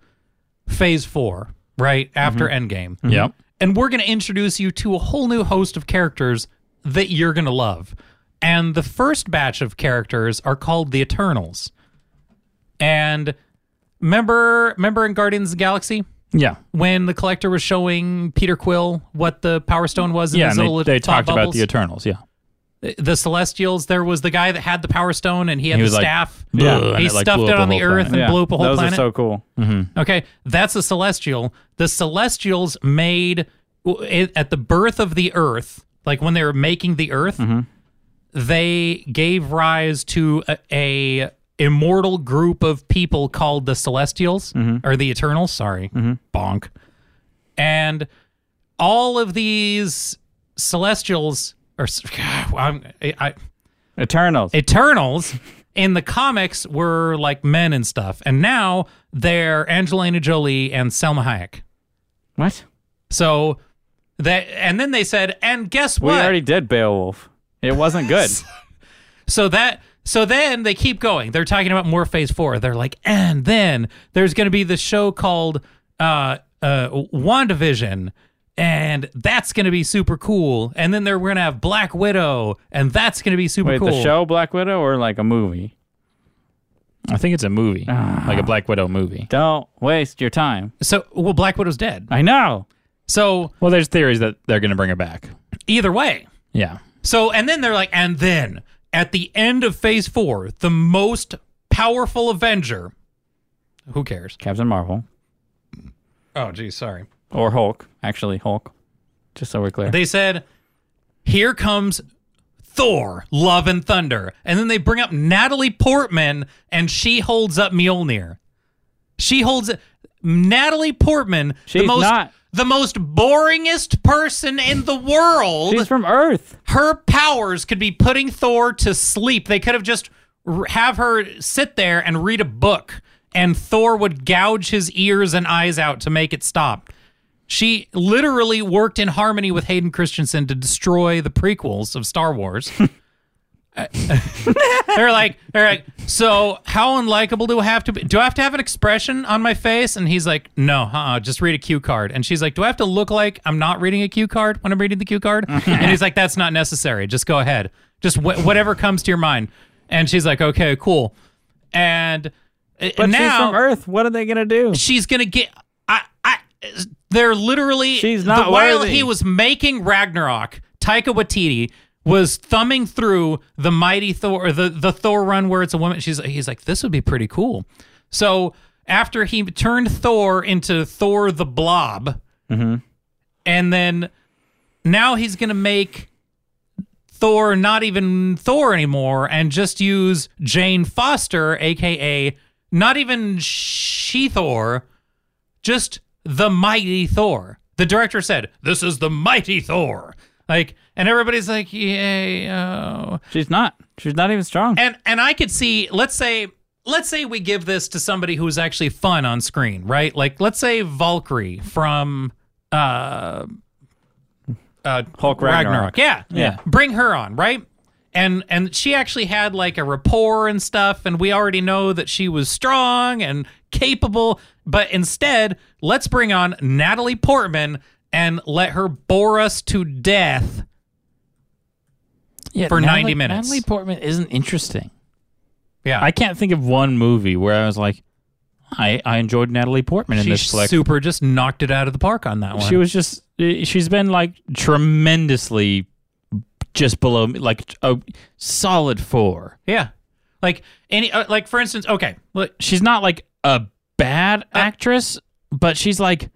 Speaker 1: Phase four right after Endgame
Speaker 2: Mm-hmm. Yep.
Speaker 1: and we're going to introduce you to a whole new host of characters that you're going to love. And the first batch of characters are called the Eternals. And remember, remember in Guardians of the Galaxy
Speaker 2: Yeah.
Speaker 1: when the collector was showing Peter Quill what the Power Stone was? In
Speaker 2: Yeah.
Speaker 1: these
Speaker 2: And they,
Speaker 1: little
Speaker 2: they
Speaker 1: thought
Speaker 2: talked about
Speaker 1: bubbles?
Speaker 2: the Eternals. Yeah.
Speaker 1: the Celestials. There was the guy that had the Power Stone, and he had
Speaker 2: He
Speaker 1: the
Speaker 2: was like,
Speaker 1: staff.
Speaker 2: "Bleh,"
Speaker 3: Yeah.
Speaker 2: and
Speaker 1: He
Speaker 2: it, like,
Speaker 1: stuffed
Speaker 2: blew
Speaker 1: it
Speaker 2: up a
Speaker 1: on the
Speaker 2: whole
Speaker 1: earth
Speaker 2: planet.
Speaker 1: and blew up a whole
Speaker 3: Those
Speaker 1: planet.
Speaker 3: are so cool.
Speaker 1: Okay, that's a celestial. The celestials made w- at the birth of the earth, like when they were making the earth, they gave rise to a, a immortal group of people called the Celestials or the Eternals. Sorry, bonk. And all of these Celestials or I'm, I, I,
Speaker 3: Eternals.
Speaker 1: Eternals in the comics were like men and stuff, and now they're Angelina Jolie and Selma Hayek.
Speaker 3: what?
Speaker 1: So that, and then they said, and guess
Speaker 3: We
Speaker 1: what?
Speaker 3: already did Beowulf. It wasn't good.
Speaker 1: So that so then they keep going. They're talking about more phase four. They're like, and then there's gonna be this show called uh uh WandaVision, and that's gonna be super cool. And then they're we're gonna have Black Widow, and that's gonna be super
Speaker 3: Wait,
Speaker 1: cool.
Speaker 3: the show Black Widow or like a movie?
Speaker 2: I think it's a movie, like a Black Widow movie.
Speaker 3: Don't waste your time.
Speaker 1: So well, Black Widow's dead.
Speaker 3: I know.
Speaker 1: So
Speaker 2: Well, there's theories that they're going to bring her back.
Speaker 1: either way.
Speaker 2: Yeah.
Speaker 1: So, and then they're like, and then at the end of phase four, the most powerful Avenger. Who cares?
Speaker 3: Captain Marvel
Speaker 1: Oh, geez, sorry.
Speaker 3: or Hulk. Actually, Hulk. Just so we're clear.
Speaker 1: They said, here comes Thor, Love and Thunder. And then they bring up Natalie Portman and she holds up Mjolnir. She holds Natalie Portman, the
Speaker 3: She's
Speaker 1: most
Speaker 3: not.
Speaker 1: the most boringest person in the world.
Speaker 3: She's from Earth.
Speaker 1: her powers could be putting Thor to sleep. They could have just r- have her sit there and read a book, and Thor would gouge his ears and eyes out to make it stop. She literally worked in harmony with Hayden Christensen to destroy the prequels of Star Wars. Uh, they're like, they're like, so how unlikable do I have to be? Do I have to have an expression on my face? And he's like, no, uh-uh, just read a cue card. And she's like, do I have to look like I'm not reading a cue card when I'm reading the cue card? and he's like, that's not necessary. Just go ahead. Just wh- whatever comes to your mind. And she's like, okay, cool. And uh,
Speaker 3: But she's
Speaker 1: now
Speaker 3: from Earth. What are they gonna do?
Speaker 1: she's gonna get. I, I, they're literally.
Speaker 3: She's not
Speaker 1: the- While
Speaker 3: worthy.
Speaker 1: he was making Ragnarok, Taika Waititi was thumbing through the mighty Thor, the the Thor run where it's a woman. She's he's like, this would be pretty cool. So after he turned Thor into Thor the Blob,
Speaker 3: Mm-hmm.
Speaker 1: and then now he's gonna make. Thor, not even Thor anymore, and just use Jane Foster, aka not even She Thor, just the mighty Thor. The director said, "This is the mighty Thor." Like, and everybody's like, "Yay!" Oh.
Speaker 3: She's not. She's not even strong.
Speaker 1: And and I could see, let's say, let's say we give this to somebody who's actually fun on screen, right? Like, let's say Valkyrie from uh, uh,
Speaker 3: Hulk Ragnarok.
Speaker 1: Yeah,
Speaker 3: Yeah.
Speaker 1: Bring her on, right? And and she actually had like a rapport and stuff, and we already know that she was strong and capable. But instead, let's bring on Natalie Portman and let her bore us to death.
Speaker 2: Yeah,
Speaker 1: For 90 minutes.
Speaker 2: Natalie Portman isn't interesting.
Speaker 1: Yeah,
Speaker 2: I can't think of one movie where I was like, I, I enjoyed Natalie Portman in
Speaker 1: she
Speaker 2: this flick.
Speaker 1: super just knocked it out of the park on that one.
Speaker 2: she was just eh, she's been like tremendously just below me, like a solid four.
Speaker 1: Yeah. Like any uh, like for instance, okay, look,
Speaker 2: She's not like a bad
Speaker 1: Uh,
Speaker 2: actress, but she's like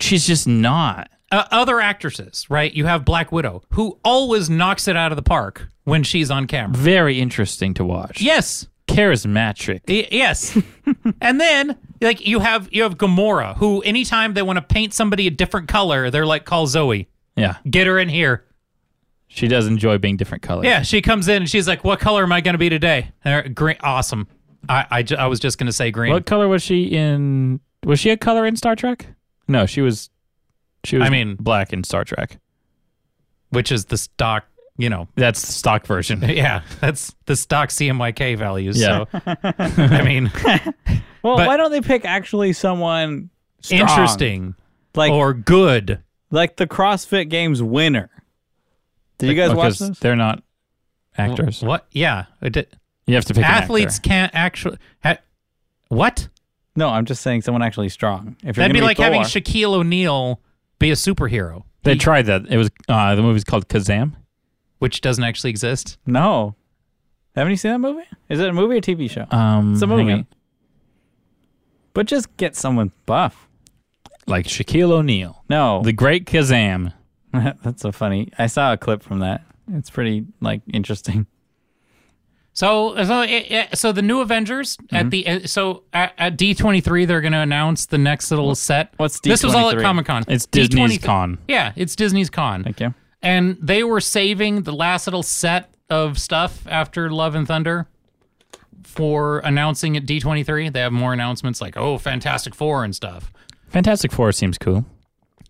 Speaker 2: she's just not.
Speaker 1: uh, other actresses, right? You have Black Widow who always knocks it out of the park when she's on camera.
Speaker 2: Very interesting to watch.
Speaker 1: Yes.
Speaker 2: Charismatic.
Speaker 1: Y- yes. and then like you have you have Gamora who anytime they want to paint somebody a different color, they're like call Zoe.
Speaker 2: Yeah.
Speaker 1: Get her in here.
Speaker 2: She does enjoy being different colors.
Speaker 1: Yeah, she comes in and she's like, "What color am I going to be today?" Uh, green. Awesome. I, I, ju- I was just going to say green.
Speaker 2: What color was she in? Was she a color in Star Trek? No, she was. She was.
Speaker 1: I mean-
Speaker 2: black in Star Trek.
Speaker 1: which is the stock, you know.
Speaker 2: That's the stock version.
Speaker 1: Yeah, that's the stock CMYK values.
Speaker 2: Yeah.
Speaker 1: So I mean,
Speaker 3: well,
Speaker 1: but-
Speaker 3: why don't they pick actually someone strong?
Speaker 1: interesting
Speaker 3: like
Speaker 1: or good.
Speaker 3: like the CrossFit Games winner? Did you guys watch
Speaker 2: because
Speaker 3: this?
Speaker 2: oh, they're not actors.
Speaker 1: What? Yeah. It did-
Speaker 2: You have to pick an
Speaker 1: Athletes
Speaker 2: actor.
Speaker 1: can't actually. Ha- what?
Speaker 3: No, I'm just saying someone actually strong. If you're
Speaker 1: That'd be
Speaker 3: gonna
Speaker 1: like having
Speaker 3: Thor-
Speaker 1: Shaquille O'Neal be a superhero,
Speaker 2: They tried that. It was uh, the movie's called Kazam.
Speaker 1: which doesn't actually exist.
Speaker 3: No. Haven't you seen that movie? Is it a movie or TV
Speaker 1: Uh,
Speaker 3: show?
Speaker 2: Um,
Speaker 3: It's a
Speaker 2: hang
Speaker 3: movie.
Speaker 2: on.
Speaker 3: But just get someone buff.
Speaker 2: like Shaquille O'Neal,
Speaker 3: No,
Speaker 2: the great Kazam.
Speaker 3: that's so funny. I saw a clip from that. It's pretty like interesting.
Speaker 1: So, so, it, it- so the new Avengers at the uh, so at, at D23 they're going to announce the next little set.
Speaker 3: what's
Speaker 1: This was all at
Speaker 3: D23?
Speaker 1: Comic Con.
Speaker 2: It's Disney's con.
Speaker 1: Yeah, it's Disney's con.
Speaker 3: Thank you.
Speaker 1: And they were saving the last little set of stuff after Love and Thunder for announcing at D23. They have more announcements like oh, Fantastic 4 and stuff.
Speaker 2: Fantastic Four seems cool.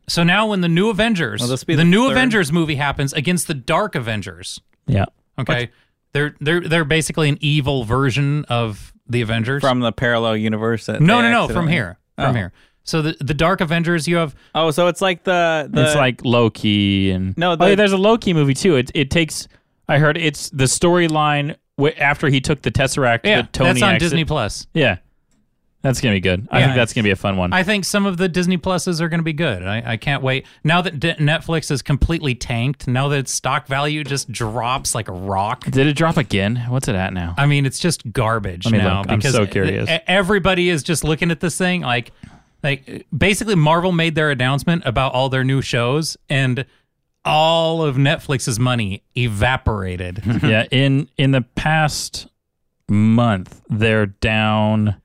Speaker 1: So now when the new Avengers,
Speaker 3: this be
Speaker 1: the,
Speaker 3: the
Speaker 1: new
Speaker 3: third?
Speaker 1: Avengers movie happens against the Dark Avengers,
Speaker 2: Yeah.
Speaker 1: okay? They're they're they're basically an evil version of the Avengers.
Speaker 3: From the parallel universe. That
Speaker 1: No,
Speaker 3: they
Speaker 1: no, no. From
Speaker 3: accidentally-
Speaker 1: here, from here. So the the Dark Avengers, you have
Speaker 3: Oh, so it's like the,
Speaker 1: Uh,
Speaker 3: the
Speaker 2: it's like Loki and
Speaker 3: No,
Speaker 2: oh,
Speaker 3: the-
Speaker 2: yeah, there's a Loki movie too. It it takes I heard it's the storyline w- after he took the Tesseract.
Speaker 1: yeah,
Speaker 2: that Tony
Speaker 1: that's on
Speaker 2: acci-
Speaker 1: Disney Plus.
Speaker 2: Yeah, that's gonna be good. I
Speaker 1: Yeah.
Speaker 2: think that's gonna be a fun one.
Speaker 1: I think some of the Disney Pluses are going to be good. I, I can't wait. Now that D- Netflix is completely tanked, now that its stock value just drops like a rock.
Speaker 2: Did it drop again? What's it at now?
Speaker 1: I mean, it's just garbage
Speaker 2: me
Speaker 1: now
Speaker 2: look. I'm
Speaker 1: because
Speaker 2: so curious.
Speaker 1: e- everybody is just looking at this thing like, like basically Marvel made their announcement about all their new shows and all of Netflix's money evaporated.
Speaker 2: yeah, in in the past month, they're down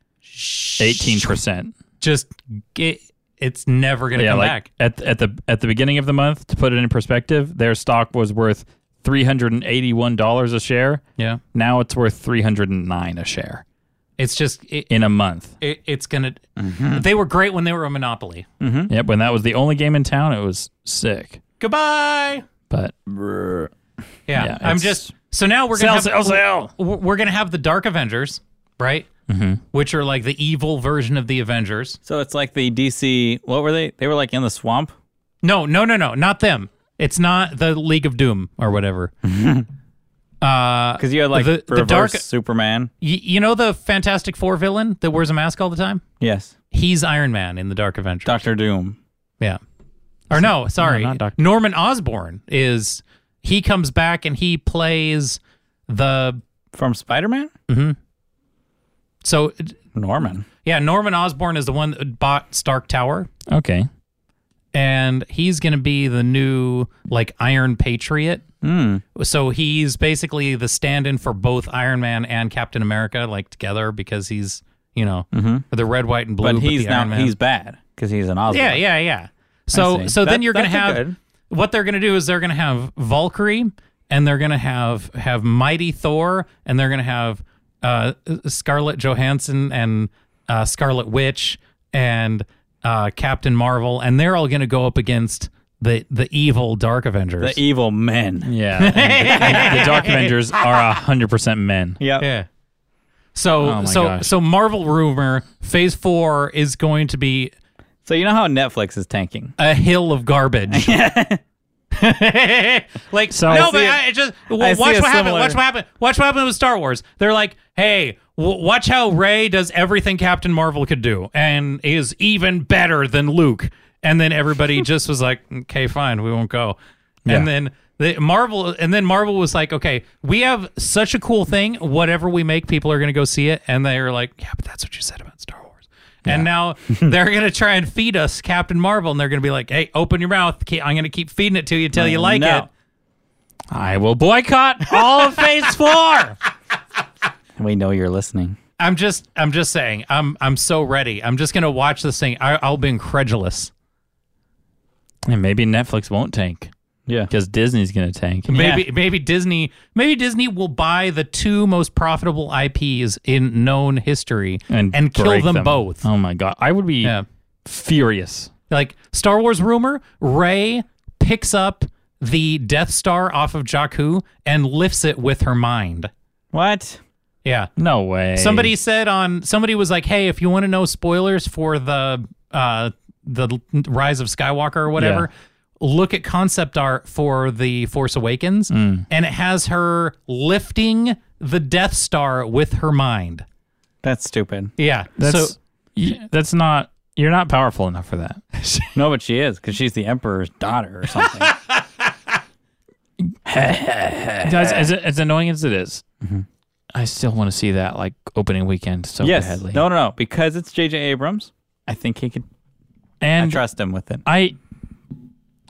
Speaker 2: eighteen percent.
Speaker 1: just get it's never gonna
Speaker 2: Yeah,
Speaker 1: come
Speaker 2: like
Speaker 1: back.
Speaker 2: at at the at the beginning of the month, to put it in perspective, their stock was worth three hundred and eighty one dollars a share.
Speaker 1: Yeah,
Speaker 2: Now it's worth three hundred and nine a share
Speaker 1: it's just it,
Speaker 2: in a month.
Speaker 1: it it's gonna.
Speaker 2: Mm-hmm.
Speaker 1: They were great when they were a monopoly.
Speaker 2: Yep, when that was the only game in town, it was sick.
Speaker 1: Goodbye.
Speaker 2: But
Speaker 1: Yeah,
Speaker 2: Yeah,
Speaker 1: I'm
Speaker 2: it's-
Speaker 1: just so now we're gonna have,
Speaker 2: sell.
Speaker 1: we're we're gonna have the Dark Avengers, right? Mm-hmm. Which are like the evil version of the Avengers.
Speaker 3: so it's like the DC. What were they? They were like in the swamp.
Speaker 1: No, no, no, no, not them. It's not the League of Doom or whatever. uh,
Speaker 3: Because you had like
Speaker 1: The- the
Speaker 3: reverse
Speaker 1: dark-
Speaker 3: Superman.
Speaker 1: y- you know the Fantastic Four villain that wears a mask all the time?
Speaker 3: Yes,
Speaker 1: He's Iron Man in the Dark Avengers.
Speaker 3: Doctor Doom.
Speaker 1: Yeah. Or no, sorry.
Speaker 2: not Doc-
Speaker 1: Norman Osborn is he comes back and he plays the
Speaker 3: from Spider Man?
Speaker 1: so
Speaker 3: Norman.
Speaker 1: yeah, Norman Osborn is the one that bought Stark Tower
Speaker 2: Okay.
Speaker 1: and he's going to be the new like Iron Patriot.
Speaker 3: Hmm.
Speaker 1: So he's basically the stand-in for both Iron Man and Captain America like together because he's, you know, the red, white and blue
Speaker 3: Mm-hmm. But he's
Speaker 1: the Iron
Speaker 3: now
Speaker 1: Man.
Speaker 3: he's bad because he's an Osborn.
Speaker 1: Yeah, yeah, yeah. So
Speaker 3: see.
Speaker 1: so then
Speaker 3: That-
Speaker 1: you're gonna
Speaker 3: that's a
Speaker 1: have
Speaker 3: good-
Speaker 1: what they're gonna do is they're gonna have Valkyrie and they're gonna have have Mighty Thor and they're gonna have uh, Scarlett Johansson and uh, Scarlet Witch and uh, Captain Marvel and they're all gonna go up against the the evil Dark Avengers.
Speaker 3: The e- evil men.
Speaker 2: Yeah. and the, the Dark Avengers are hundred percent men.
Speaker 3: Yep. Oh
Speaker 1: yeah. So
Speaker 2: my
Speaker 1: so
Speaker 2: gosh.
Speaker 1: so Marvel rumor Phase Four is going to be
Speaker 3: So you know how Netflix is tanking.
Speaker 1: a hill of garbage. like
Speaker 2: So-
Speaker 1: no,
Speaker 2: I
Speaker 1: but
Speaker 3: see a-
Speaker 1: I just w-
Speaker 3: I
Speaker 1: watch
Speaker 3: see a
Speaker 1: what happened.
Speaker 3: similar-
Speaker 1: Watch what happened. Watch what happened with Star Wars. They're like, hey, w- watch how Ray does everything Captain Marvel could do, and is even better than Luke. And then everybody just was like, okay, fine, we won't go. And then the Marvel, and then Marvel was like, okay, we have such a cool thing. Whatever we make, people are going to go see it. And they were like, yeah, but that's what you said about Star Wars. And now they're gonna try and feed us Captain Marvel, and they're gonna be like, "Hey, open your mouth. Ke- I'm gonna keep feeding it to you till you like
Speaker 3: no.
Speaker 1: it."
Speaker 2: I will boycott all of Phase Four.
Speaker 3: We know you're listening.
Speaker 1: I'm just, I'm just saying, I'm, I'm so ready. I'm just gonna watch this thing. I, I'll be incredulous.
Speaker 2: And maybe Netflix won't tank
Speaker 3: Yeah.
Speaker 2: because Disney's gonna tank.
Speaker 1: Maybe, maybe Disney, maybe Disney will buy the two most profitable IPs in known history and, kill
Speaker 2: break
Speaker 1: them, both.
Speaker 2: Oh my god. I would be
Speaker 1: Yeah.
Speaker 2: furious.
Speaker 1: Like Star Wars rumor, Ray picks up the Death Star off of Jakku and lifts it with her mind.
Speaker 3: What?
Speaker 1: Yeah.
Speaker 2: No way.
Speaker 1: Somebody said on somebody was like, "Hey, if you want to know spoilers for the uh the Rise of Skywalker or whatever, look at concept art for the Force Awakens,
Speaker 2: Mm.
Speaker 1: and it has her lifting the Death Star with her mind."
Speaker 3: That's stupid.
Speaker 1: Yeah,
Speaker 2: That's
Speaker 1: so
Speaker 2: y- that's not. You're not powerful enough for that.
Speaker 3: No, but she is because she's the emperor's daughter or something.
Speaker 2: Guys, as, as annoying as it is,
Speaker 3: Mm-hmm.
Speaker 2: I still want to see that like opening weekend so
Speaker 3: yes.
Speaker 2: badly.
Speaker 3: No, no, no. Because it's J.J. Abrams, I think he could
Speaker 2: and
Speaker 3: trust him with it.
Speaker 2: I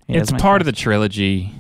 Speaker 3: He has
Speaker 2: it's
Speaker 3: my
Speaker 2: part of the trilogy.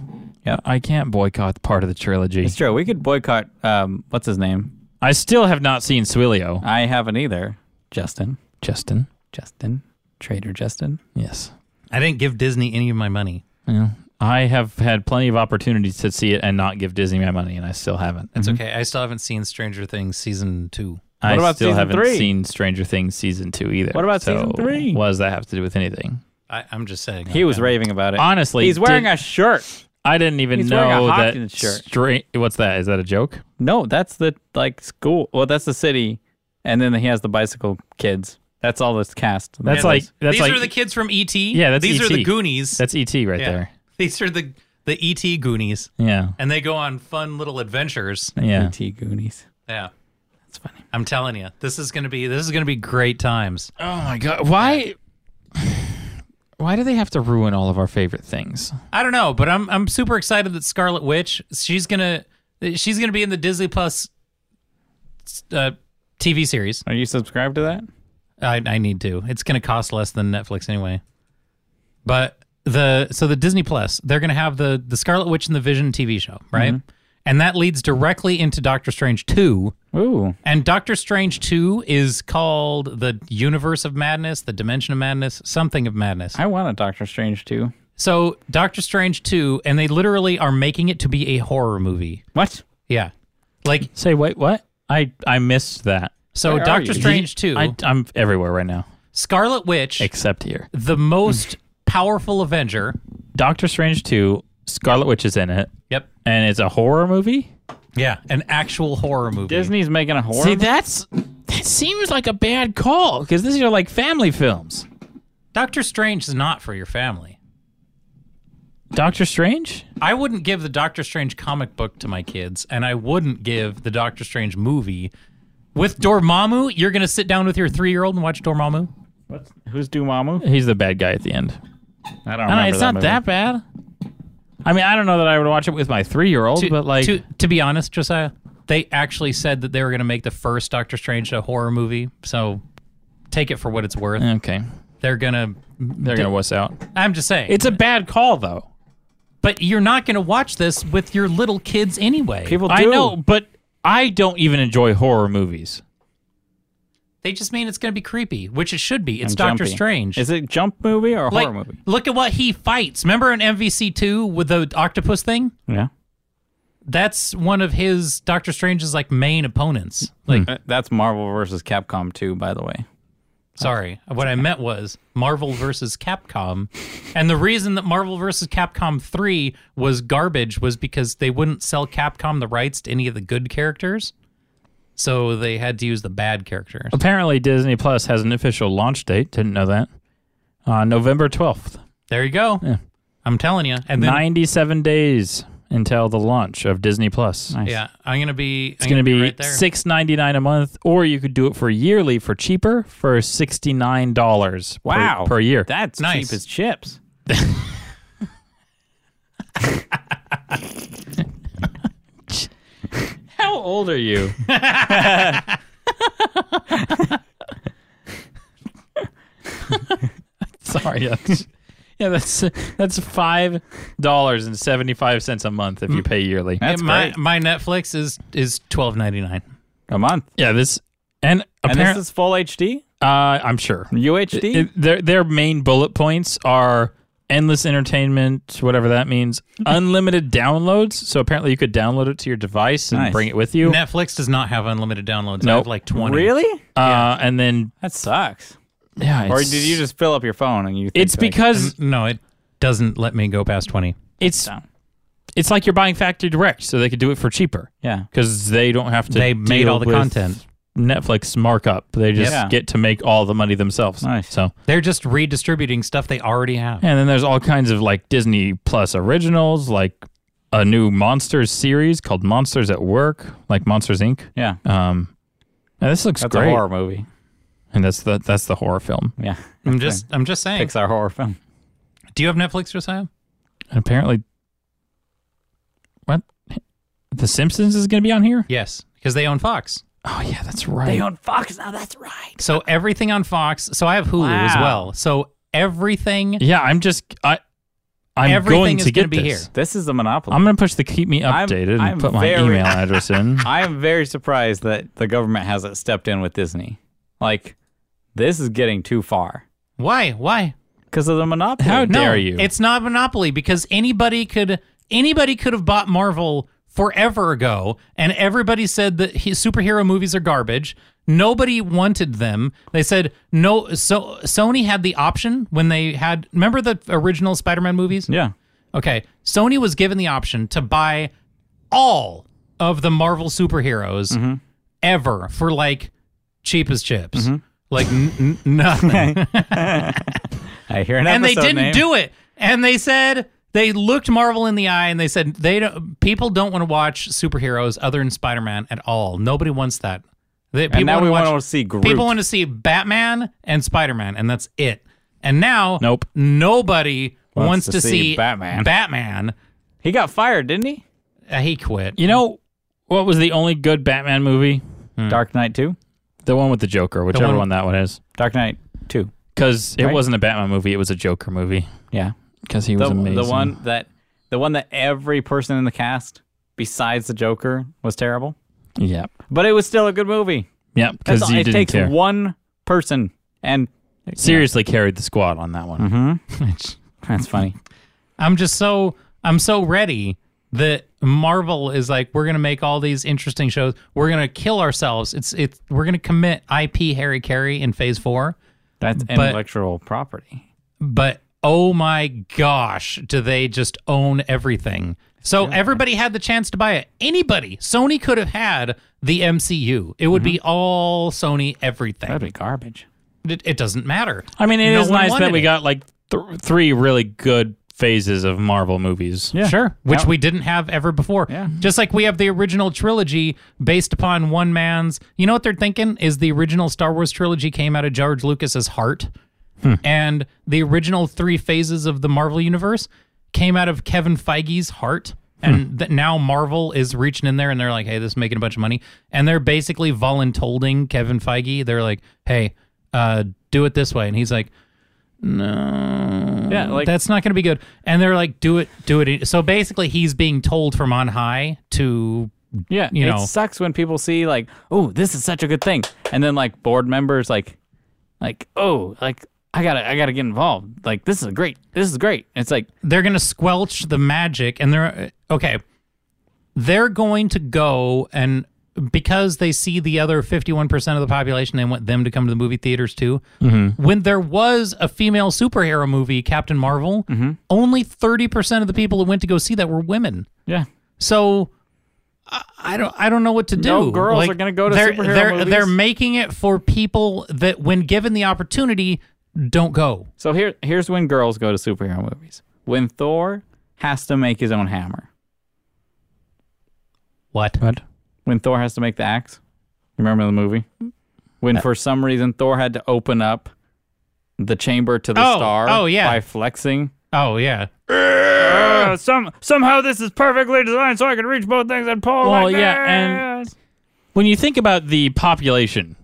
Speaker 3: Yeah.
Speaker 2: I can't boycott part of the trilogy.
Speaker 3: It's true. We could boycott. Um, what's his name?
Speaker 2: I still have not seen Swilio.
Speaker 3: I haven't either. Justin.
Speaker 2: Justin.
Speaker 3: Justin. Trader Justin.
Speaker 2: Yes.
Speaker 1: I didn't give Disney any of my money.
Speaker 2: Yeah. I have had plenty of opportunities to see it and not give Disney my money, and I still haven't.
Speaker 1: It's okay. I still haven't seen Stranger Things season two.
Speaker 2: I
Speaker 3: What about
Speaker 2: still
Speaker 3: season
Speaker 2: haven't
Speaker 3: three?
Speaker 2: seen Stranger Things season two either.
Speaker 3: What about
Speaker 2: so
Speaker 3: season three?
Speaker 2: What does that have to do with anything?
Speaker 1: I, I'm just saying.
Speaker 3: He was raving about it.
Speaker 2: Honestly,
Speaker 3: he's wearing
Speaker 2: did,
Speaker 3: a shirt.
Speaker 2: I didn't even
Speaker 3: he's wearing a
Speaker 2: know that.
Speaker 3: Hopkins shirt.
Speaker 2: Stra- what's that? Is that a joke?
Speaker 3: No, that's the like school. Well, that's the city, and then he has the bicycle kids. That's all this cast.
Speaker 2: That's
Speaker 3: Yeah,
Speaker 2: like that's
Speaker 1: These
Speaker 2: like
Speaker 1: are the kids from ET.
Speaker 2: Yeah, that's
Speaker 1: these are
Speaker 2: E.T..
Speaker 1: the Goonies.
Speaker 2: that's ET right
Speaker 1: Yeah.
Speaker 2: there.
Speaker 1: These are the the ET Goonies,
Speaker 2: Yeah,
Speaker 1: and they go on fun little adventures.
Speaker 2: yeah.
Speaker 3: E.T. Goonies.
Speaker 1: Yeah,
Speaker 3: That's funny.
Speaker 1: I'm telling you, this is gonna be this is gonna be great times.
Speaker 2: Oh my god, why? Why do they have to ruin all of our favorite things?
Speaker 1: I don't know, but I'm I'm super excited that Scarlet Witch she's gonna she's gonna be in the Disney Plus uh, TV series.
Speaker 3: Are you subscribed to that?
Speaker 1: I, I need to. It's going to cost less than Netflix anyway. But the so the Disney Plus, they're going to have the the Scarlet Witch and the Vision TV show, right?
Speaker 3: Mm-hmm.
Speaker 1: And that leads directly into Doctor Strange 2.
Speaker 3: Ooh,
Speaker 1: And Doctor Strange 2 is called the Universe of Madness, the Dimension of Madness, something of Madness.
Speaker 3: I want a Doctor Strange too.
Speaker 1: So Doctor Strange 2 and they literally are making it to be a horror movie.
Speaker 3: What?
Speaker 1: Yeah. Like
Speaker 2: Say wait, what? I I missed that.
Speaker 1: so
Speaker 3: Where are
Speaker 1: Doctor
Speaker 3: you?
Speaker 1: Strange 2,
Speaker 2: I, I'm everywhere right now
Speaker 1: Scarlet Witch,
Speaker 2: except here.
Speaker 1: the most powerful Avenger.
Speaker 2: Doctor Strange two, Scarlet Witch is in it,
Speaker 1: Yep.
Speaker 2: and it's a horror movie.
Speaker 1: Yeah, an actual horror movie.
Speaker 3: Disney's making a horror.
Speaker 2: See, that's that seems like a bad call because these are like family films.
Speaker 1: Doctor Strange is not for your family.
Speaker 2: Doctor Strange.
Speaker 1: I wouldn't give the Doctor Strange comic book to my kids, and I wouldn't give the Doctor Strange movie. With Dormammu, you're going to sit down with your three year old and watch Dormammu?
Speaker 3: What's, who's Dumamu?
Speaker 2: He's the bad guy at the end.
Speaker 3: I don't
Speaker 2: I don't
Speaker 3: remember.
Speaker 2: know, it's
Speaker 3: that
Speaker 2: not
Speaker 3: movie.
Speaker 2: that bad. I mean, I don't know that I would watch it with my three year old,
Speaker 1: To,
Speaker 2: but like,
Speaker 1: to, to be honest, Josiah, they actually said that they were going to make the first Doctor Strange a horror movie, so take it for what it's worth.
Speaker 2: okay,
Speaker 1: They're going to.
Speaker 2: they're gonna wuss out.
Speaker 1: I'm just saying.
Speaker 2: It's a bad call though.
Speaker 1: but you're not going to watch this with your little kids anyway.
Speaker 3: People do.
Speaker 2: I know, but I don't even enjoy horror movies.
Speaker 1: they just mean it's going to be creepy, which it should be. It's
Speaker 3: and
Speaker 1: Doctor
Speaker 3: jumpy.
Speaker 1: Strange.
Speaker 3: Is it jump movie or a
Speaker 1: like,
Speaker 3: horror movie?
Speaker 1: Look at what he fights. Remember in MVC two with the octopus thing?
Speaker 3: Yeah.
Speaker 1: That's one of his Doctor Strange's like main opponents. Like,
Speaker 3: Uh, That's Marvel versus Capcom 2, by the way.
Speaker 1: sorry,
Speaker 3: Oh.
Speaker 1: what I meant was Marvel versus Capcom, and the reason that Marvel versus Capcom three was garbage was because they wouldn't sell Capcom the rights to any of the good characters, so they had to use the bad characters.
Speaker 2: Apparently, Disney Plus has an official launch date. Didn't know that. Uh, November twelfth,
Speaker 1: There you go. I'm telling you. And then
Speaker 2: ninety seven days until the launch of Disney Plus.
Speaker 1: yeah, I'm gonna be.
Speaker 2: It's going to be
Speaker 1: right there.
Speaker 2: six ninety nine a month, or you could do it for yearly for cheaper for sixty nine dollars.
Speaker 3: Wow.
Speaker 2: per, per year.
Speaker 3: That's
Speaker 1: Nice.
Speaker 3: cheap as chips.
Speaker 2: How old are you? Sorry. That's, yeah, that's that's five dollars and seventy five cents a month if you pay yearly.
Speaker 3: Hmm. That's
Speaker 1: my
Speaker 3: great.
Speaker 1: my Netflix is is twelve ninety nine.
Speaker 3: A month.
Speaker 2: Yeah, this and
Speaker 3: And this
Speaker 2: apparently,
Speaker 3: is full HD?
Speaker 2: uh, I'm sure
Speaker 3: UHD?
Speaker 2: It- their their main bullet points are endless entertainment, whatever that means,
Speaker 3: Hmm.
Speaker 2: unlimited downloads. So apparently, you could download it to your device and
Speaker 3: Nice.
Speaker 2: bring it with you.
Speaker 1: Netflix does not have unlimited downloads. I
Speaker 2: Nope.
Speaker 1: have like twenty.
Speaker 3: really?
Speaker 2: Uh, and then
Speaker 3: That sucks.
Speaker 2: yeah,
Speaker 3: Or
Speaker 2: it's-
Speaker 3: did you just fill up your phone and you think
Speaker 2: It's
Speaker 3: like,
Speaker 2: because
Speaker 1: No, it doesn't let me go past twenty.
Speaker 2: it's
Speaker 3: down.
Speaker 2: it's like you're buying factory direct, so they could do it for cheaper
Speaker 3: Yeah.
Speaker 2: because they don't have to.
Speaker 1: They made
Speaker 2: deal
Speaker 1: all the
Speaker 2: with
Speaker 1: content.
Speaker 2: Netflix markup. They just
Speaker 3: Yeah.
Speaker 2: get to make all the money themselves.
Speaker 3: Nice.
Speaker 2: So
Speaker 1: They're just redistributing stuff they already have.
Speaker 2: and then there's all kinds of like Disney Plus originals, like a new Monsters series called Monsters at Work, like Monsters Inc.
Speaker 3: Yeah.
Speaker 2: Um, and this looks
Speaker 3: That's
Speaker 2: great.
Speaker 3: a horror movie.
Speaker 2: And that's the that's the horror film.
Speaker 3: Yeah.
Speaker 1: I'm just I'm just saying.
Speaker 3: Pixar horror film.
Speaker 1: Do you have Netflix, Josiah?
Speaker 2: And apparently, what the Simpsons is going to be on here?
Speaker 1: Yes, because they own Fox.
Speaker 2: Oh yeah, that's right.
Speaker 3: own Fox now. That's right.
Speaker 1: So everything on Fox. So I have Hulu as
Speaker 3: Wow.
Speaker 1: well. So everything
Speaker 2: Yeah, I'm just I I'm
Speaker 1: Everything
Speaker 2: going
Speaker 1: is
Speaker 2: to
Speaker 1: gonna
Speaker 2: get
Speaker 1: be
Speaker 2: this.
Speaker 1: here.
Speaker 3: This is the monopoly.
Speaker 2: I'm going to push the keep me
Speaker 3: I'm-
Speaker 2: updated
Speaker 3: I'm
Speaker 2: and put my
Speaker 3: very-
Speaker 2: email address in.
Speaker 3: I am very surprised that the government hasn't stepped in with Disney. Like, this is getting too far
Speaker 1: Why? Why?
Speaker 3: because of the monopoly.
Speaker 2: How
Speaker 1: No,
Speaker 2: dare you?
Speaker 1: It's not Monopoly because anybody could anybody could have bought Marvel forever ago, and everybody said that he, superhero movies are garbage. Nobody wanted them. They said no. So Sony had the option when they had. Remember the original Spider-Man movies?
Speaker 3: Yeah.
Speaker 1: Okay, Sony was given the option to buy all of the Marvel superheroes
Speaker 2: Mm-hmm.
Speaker 1: ever for like cheap as chips, like n- n- nothing
Speaker 3: I hear an
Speaker 1: and they
Speaker 3: episode
Speaker 1: didn't
Speaker 3: name.
Speaker 1: do it. And they said they looked Marvel in the eye and they said they don't, people don't want to watch superheroes other than Spider Man at all. Nobody wants that. They, people
Speaker 3: And now we
Speaker 1: watch-
Speaker 3: want to see Groot.
Speaker 1: people want to see Batman and Spider Man, and that's it. And now,
Speaker 2: Nope.
Speaker 1: nobody wants, to, see,
Speaker 3: Batman.
Speaker 1: Batman.
Speaker 3: he got fired, didn't he?
Speaker 1: Uh, he quit.
Speaker 2: you know what was the only good Batman movie?
Speaker 1: Hmm.
Speaker 3: Dark Knight 2?
Speaker 2: The one with the Joker, whichever
Speaker 1: one-
Speaker 2: one that one is.
Speaker 3: Dark Knight 2.
Speaker 2: Because it
Speaker 3: Right.
Speaker 2: wasn't a Batman movie, it was a Joker movie.
Speaker 3: Yeah.
Speaker 2: Because he was
Speaker 3: The,
Speaker 2: amazing.
Speaker 3: the one that the one that every person in the cast besides the Joker was terrible.
Speaker 2: Yep.
Speaker 3: But it was still a good movie.
Speaker 2: Yep.
Speaker 3: That's
Speaker 2: Because
Speaker 3: all.
Speaker 2: you
Speaker 3: It
Speaker 2: didn't
Speaker 3: takes
Speaker 2: care.
Speaker 3: one person and
Speaker 2: Seriously carried the squad on that one.
Speaker 3: that's funny.
Speaker 1: I'm just so I'm so ready that Marvel is like we're gonna make all these interesting shows. We're gonna kill ourselves. It's it's we're gonna commit IP Harry Carey in Phase Four.
Speaker 3: That's intellectual property.
Speaker 1: But oh my gosh, do they just own everything? So everybody had the chance to buy it. Anybody, Sony could have had the MCU. It would be all Sony everything.
Speaker 3: Mm-hmm. That'd be garbage.
Speaker 1: It, it doesn't matter.
Speaker 2: I mean, it
Speaker 1: No
Speaker 2: is
Speaker 1: one
Speaker 2: nice
Speaker 1: wanted
Speaker 2: that we
Speaker 1: it.
Speaker 2: got like th- three really good phases of Marvel movies.
Speaker 3: Yeah.
Speaker 1: Sure, which we didn't have ever before.
Speaker 3: Yeah.
Speaker 1: Just like we have the original trilogy based upon one man's. You know what they're thinking is the original Star Wars trilogy came out of George Lucas's heart,
Speaker 3: Hmm.
Speaker 1: and the original three phases of the Marvel universe came out of Kevin Feige's heart.
Speaker 3: Hmm.
Speaker 1: And that now Marvel is reaching in there, and they're like, "Hey, this is making a bunch of money," and they're basically voluntolding Kevin Feige. They're like, "Hey, uh, do it this way," and he's like, "No,
Speaker 3: Yeah, Uh, like-
Speaker 1: Mm, that's not going to be good." And they're like, "Do it, do it." So basically, he's being told from on high to
Speaker 3: Yeah,
Speaker 1: you
Speaker 3: it
Speaker 1: know.
Speaker 3: sucks when people see like, oh, this is such a good thing, and then like board members like, like oh, like I gotta I gotta get involved. Like this is great. This is great. It's like
Speaker 1: they're going to squelch the magic and they're uh, okay they're going to go and because they see the other 51% of the population they want them to come to the movie theaters too when there was a female superhero movie captain marvel only 30% of the people who went to go see that were women
Speaker 3: yeah,
Speaker 1: so I- I don't. I don't know what to do.
Speaker 3: No girls are gonna go to
Speaker 1: they're,
Speaker 3: superhero
Speaker 1: they're,
Speaker 3: movies.
Speaker 1: They're making it for people that, when given the opportunity, don't go.
Speaker 3: So here, here's when girls go to superhero movies. When Thor has to make his own hammer.
Speaker 1: What?
Speaker 2: What?
Speaker 3: When Thor has to make the axe. You remember the movie?
Speaker 1: Uh,
Speaker 3: When for some reason Thor had to open up the chamber to the
Speaker 1: Oh,
Speaker 3: star
Speaker 1: oh, yeah.
Speaker 3: by flexing.
Speaker 1: Oh yeah.
Speaker 3: Uh, some somehow this is perfectly designed so I can reach both things and pull
Speaker 2: Well, like yeah, and- When you think about the population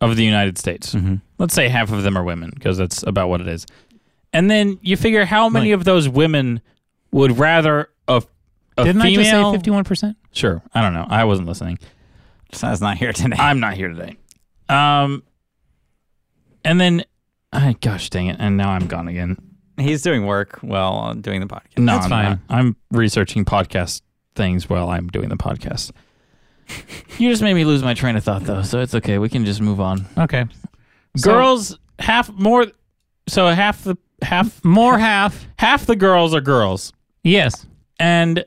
Speaker 2: of the United States, let's say half of them are women, because that's about what it is. And then you figure how many of those women would rather a, a
Speaker 1: Didn't
Speaker 2: female.
Speaker 1: I just say fifty-one percent?
Speaker 2: Sure. I don't know. I wasn't listening.
Speaker 3: That's not here today.
Speaker 2: I'm not here today. Um, and then, I gosh dang it. And now I'm gone again.
Speaker 3: He's doing work while doing the podcast.
Speaker 2: No,
Speaker 1: That's
Speaker 2: I'm
Speaker 1: fine.
Speaker 2: not. I'm researching podcast things while I'm doing the podcast. you just made me lose my train of thought, though, so it's okay. We can just move on.
Speaker 1: Okay.
Speaker 2: girls, half more, so half the half
Speaker 1: More half.
Speaker 2: half the girls are girls,
Speaker 1: Yes.
Speaker 2: and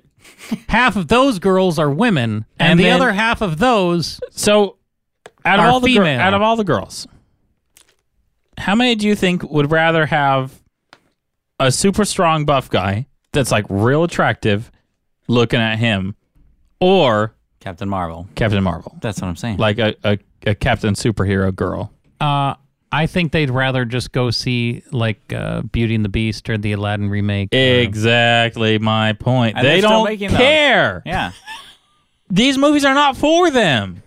Speaker 1: Half of those girls are women, and,
Speaker 2: And
Speaker 1: the
Speaker 2: then-
Speaker 1: other half of those.
Speaker 2: so out of
Speaker 1: Are
Speaker 2: all the gir-
Speaker 1: female.
Speaker 2: out of all the girls, how many do you think would rather have a super strong buff guy that's like real attractive, looking at him, or
Speaker 3: Captain Marvel.
Speaker 2: Captain Marvel?
Speaker 3: That's what I'm saying.
Speaker 2: like a, a, a captain superhero girl.
Speaker 1: Uh, I think they'd rather just go see like uh, Beauty and the Beast or the Aladdin remake.
Speaker 2: Exactly my point.
Speaker 3: And
Speaker 2: they
Speaker 3: they're still
Speaker 2: don't
Speaker 3: making those.
Speaker 2: care.
Speaker 3: yeah.
Speaker 2: These movies are not for them.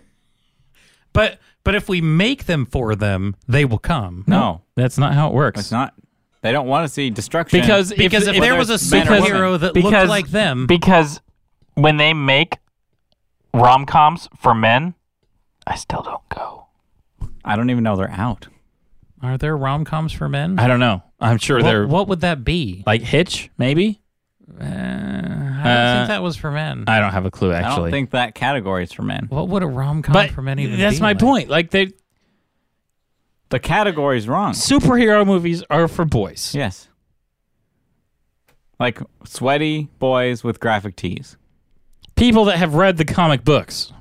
Speaker 1: but but if we make them for them, they will come.
Speaker 3: No.
Speaker 2: That's not how it works.
Speaker 3: It's not. They don't want to see destruction.
Speaker 2: because if-
Speaker 1: Because if,
Speaker 2: if
Speaker 1: there was a
Speaker 3: men or women.
Speaker 1: superhero that
Speaker 2: Because-
Speaker 1: looked like them,
Speaker 2: because when they make rom coms for men, I still don't go.
Speaker 3: I don't even know they're out.
Speaker 1: are there rom coms for men?
Speaker 2: I don't know. I'm sure
Speaker 1: what,
Speaker 2: they're
Speaker 1: what would that be?
Speaker 2: like Hitch, maybe.
Speaker 1: Uh, I don't
Speaker 2: Uh,
Speaker 1: think that was for men.
Speaker 2: I don't have a clue
Speaker 3: I don't
Speaker 2: actually.
Speaker 3: think that category is for men.
Speaker 1: what would a rom com
Speaker 2: but
Speaker 1: for men even?
Speaker 2: that's
Speaker 1: be
Speaker 2: my
Speaker 1: like?
Speaker 2: point. Like they
Speaker 3: The category's wrong.
Speaker 2: superhero movies are for boys.
Speaker 3: Yes. Like sweaty boys with graphic tees.
Speaker 2: People that have read the comic books.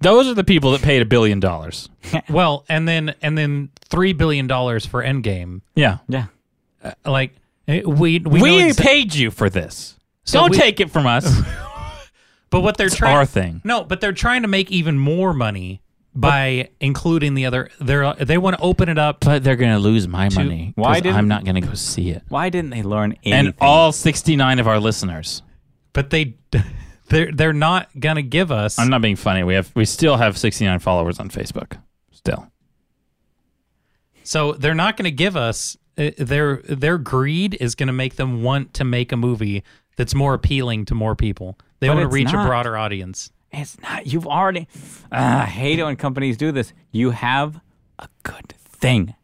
Speaker 2: Those are the people that paid a billion dollars.
Speaker 1: Well, and then and then three billion dollars for Endgame.
Speaker 2: Yeah.
Speaker 3: Yeah.
Speaker 1: Like eh, we we,
Speaker 2: We,
Speaker 1: know exa-
Speaker 2: paid you for this.
Speaker 1: So
Speaker 2: don't
Speaker 1: we-
Speaker 2: take it from us.
Speaker 1: but what they're
Speaker 2: It's our
Speaker 1: trying
Speaker 2: thing.
Speaker 1: no, but they're trying to make even more money by including the other. They're they want to open it up.
Speaker 2: But they're gonna lose my money.
Speaker 3: Why
Speaker 2: Why
Speaker 3: didn't-
Speaker 2: I'm not gonna go see it.
Speaker 3: Why didn't they learn anything?
Speaker 2: And all 69 of our listeners.
Speaker 1: but they they're they're not gonna give us
Speaker 2: I'm not being funny. We have we still have 69 followers on Facebook. Still.
Speaker 1: so they're not gonna give us uh, their their greed is gonna make them want to make a movie that's more appealing to more people they
Speaker 3: But
Speaker 1: want to
Speaker 3: it's
Speaker 1: reach
Speaker 3: not.
Speaker 1: a broader audience
Speaker 3: It's not. You've already. Ah, I hate it when companies do this. You have a good thing.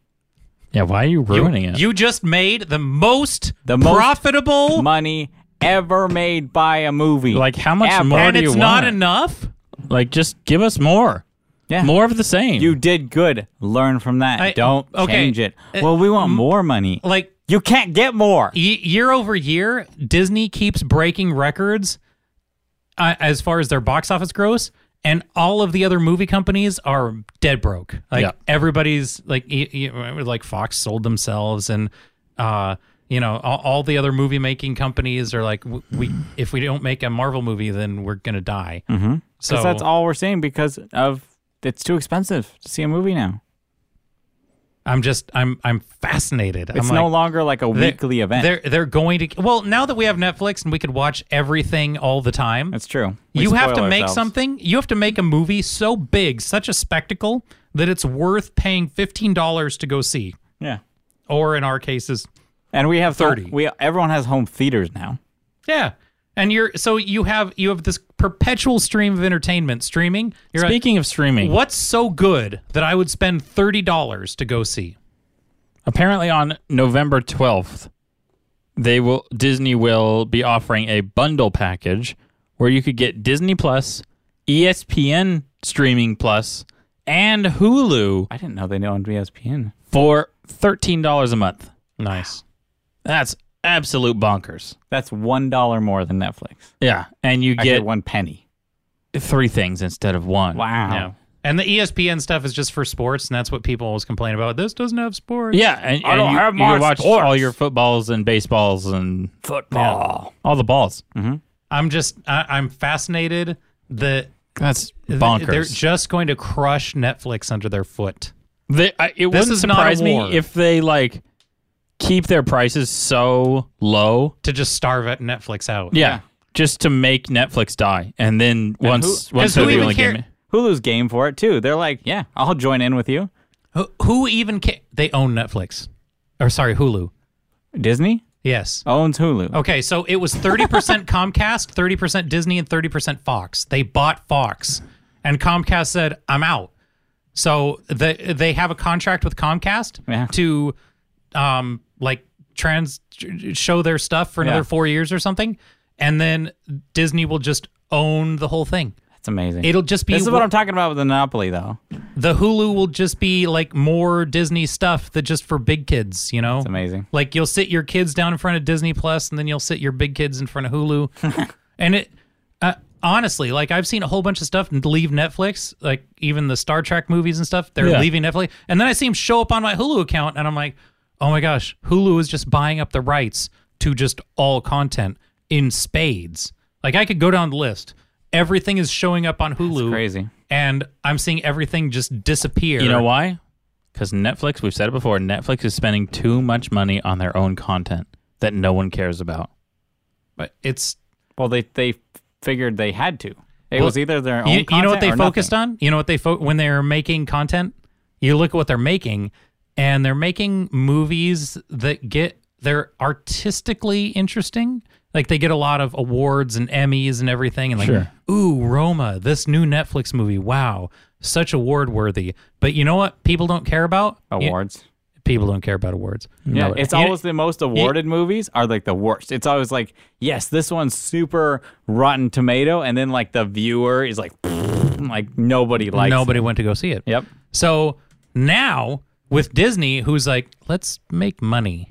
Speaker 2: Yeah, why are you ruining it?
Speaker 1: you just made the most
Speaker 3: The most
Speaker 1: profitable
Speaker 3: Money ever made by a movie.
Speaker 2: like how much
Speaker 3: Ever.
Speaker 2: more
Speaker 1: and
Speaker 2: do
Speaker 1: it's
Speaker 2: you
Speaker 1: not
Speaker 2: want?
Speaker 1: enough
Speaker 2: Like just give us more.
Speaker 3: yeah.
Speaker 2: More of the same.
Speaker 3: You did good. Learn from that.
Speaker 1: I-
Speaker 3: Don't
Speaker 1: okay.
Speaker 3: change it.
Speaker 1: Uh,
Speaker 3: well, we want more money.
Speaker 1: like
Speaker 3: you can't get more.
Speaker 1: y- year over year disney keeps breaking records uh, as far as their box office gross and all of the other movie companies are dead broke like
Speaker 2: Yeah.
Speaker 1: everybody's like y- y- like fox sold themselves and uh you know all, all the other movie making companies are like "W- we if we don't make a marvel movie then we're gonna die mm-hmm. so
Speaker 3: Because that's all we're saying because of it's too expensive to see a movie now.
Speaker 1: i'm just i'm i'm fascinated
Speaker 3: It's
Speaker 1: i'm
Speaker 3: no
Speaker 1: like
Speaker 3: longer like a
Speaker 1: they're-
Speaker 3: weekly event.
Speaker 1: they're they're going to well now that we have netflix and we could watch everything all the time
Speaker 3: That's true. We
Speaker 1: you have
Speaker 3: spoil
Speaker 1: to make
Speaker 3: ourselves.
Speaker 1: something you have to make a movie so big such a spectacle that it's worth paying $15 to go see
Speaker 3: Yeah.
Speaker 1: or in our cases
Speaker 3: And we have
Speaker 1: 30.
Speaker 3: We everyone has home theaters now.
Speaker 1: yeah and you're so you have you have this perpetual stream of entertainment streaming you're like,
Speaker 2: Speaking of streaming,
Speaker 1: what's so good that i would spend $30 to go see
Speaker 2: apparently on November 12th, they will Disney will be offering a bundle package where you could get Disney Plus, E ESPN streaming plus, and Hulu
Speaker 3: I didn't know they E owned ESPN.
Speaker 2: for $13 a month.
Speaker 1: nice
Speaker 2: That's absolute bonkers.
Speaker 3: That's one dollar more than Netflix.
Speaker 2: Yeah, and you
Speaker 3: Actually,
Speaker 2: get
Speaker 3: one penny.
Speaker 2: three things instead of one.
Speaker 3: Wow.
Speaker 1: yeah and the E espn stuff is just for sports and that's what people always complain about this doesn't have sports
Speaker 2: Yeah, and,
Speaker 3: I
Speaker 2: and
Speaker 3: don't
Speaker 2: you,
Speaker 3: have
Speaker 2: you
Speaker 3: my
Speaker 2: can watch
Speaker 3: sports.
Speaker 2: all your footballs and baseballs and
Speaker 3: Football.
Speaker 2: all the balls.
Speaker 1: i'm just I, i'm fascinated that
Speaker 2: That's
Speaker 1: They're
Speaker 2: bonkers.
Speaker 1: just going to crush Netflix under their foot.
Speaker 2: They, I, it wouldn't
Speaker 1: is not a
Speaker 2: surprise
Speaker 1: war.
Speaker 2: me if they like keep their prices so low.
Speaker 1: To just starve at Netflix out.
Speaker 2: Yeah, just to make Netflix die, and then once once
Speaker 1: 'cause who
Speaker 2: they're the
Speaker 1: even
Speaker 2: only
Speaker 1: care-
Speaker 2: game.
Speaker 3: Hulu's game for it too. They're like, yeah, I'll join in with you.
Speaker 1: Who, who even ca- They own Netflix. Or sorry, Hulu.
Speaker 3: Disney
Speaker 1: Yes.
Speaker 3: owns Hulu.
Speaker 1: Okay, so it was 30% Comcast, 30% Disney, and 30% Fox. They bought Fox, and Comcast said, "I'm out." So the, they have a contract with Comcast
Speaker 3: Yeah.
Speaker 1: to, um, like trans show their stuff for another
Speaker 3: Yeah.
Speaker 1: four years or something, and then Disney will just own the whole thing.
Speaker 3: That's amazing.
Speaker 1: It'll just be
Speaker 3: this is what I'm talking about with the Monopoly, though.
Speaker 1: the Hulu will just be like more Disney stuff that just for big kids, you know? It's
Speaker 3: amazing.
Speaker 1: Like you'll sit your kids down in front of Disney Plus and then you'll sit your big kids in front of Hulu. and it uh, honestly, like I've seen a whole bunch of stuff leave Netflix, like even the Star Trek movies and stuff, they're
Speaker 2: Yeah.
Speaker 1: leaving Netflix. And then I see them show up on my Hulu account and I'm like, "Oh my gosh, Hulu is just buying up the rights to just all content in spades." Like I could go down the list. Everything is showing up on Hulu
Speaker 3: Crazy.
Speaker 1: and I'm seeing everything just disappear.
Speaker 2: You know why? Because Netflix, we've said it before, Netflix is spending too much money on their own content that no one cares about.
Speaker 1: But it's
Speaker 3: Well, they they figured they had to. It
Speaker 1: Well,
Speaker 3: was either their own.
Speaker 1: you, you know what
Speaker 3: content
Speaker 1: they
Speaker 3: or
Speaker 1: focused on. You know what they fo- when they were making content. You look at what they're making, and they're making movies that get they're artistically interesting. Like they get a lot of awards and Emmys and everything, and like,
Speaker 2: Sure.
Speaker 1: ooh, Roma, this new Netflix movie, wow, such award worthy. But you know what? People don't care about You-
Speaker 3: Awards.
Speaker 1: people don't care about awards.
Speaker 3: Yeah,
Speaker 1: No,
Speaker 3: it's
Speaker 1: you-
Speaker 3: always the most awarded movies are like the worst. It's always like, yes, this one's super Rotten Tomato, and then like the viewer is like, like nobody likes.
Speaker 1: nobody went to go see it.
Speaker 3: It. Yep.
Speaker 1: So now with Disney, who's like, let's make money.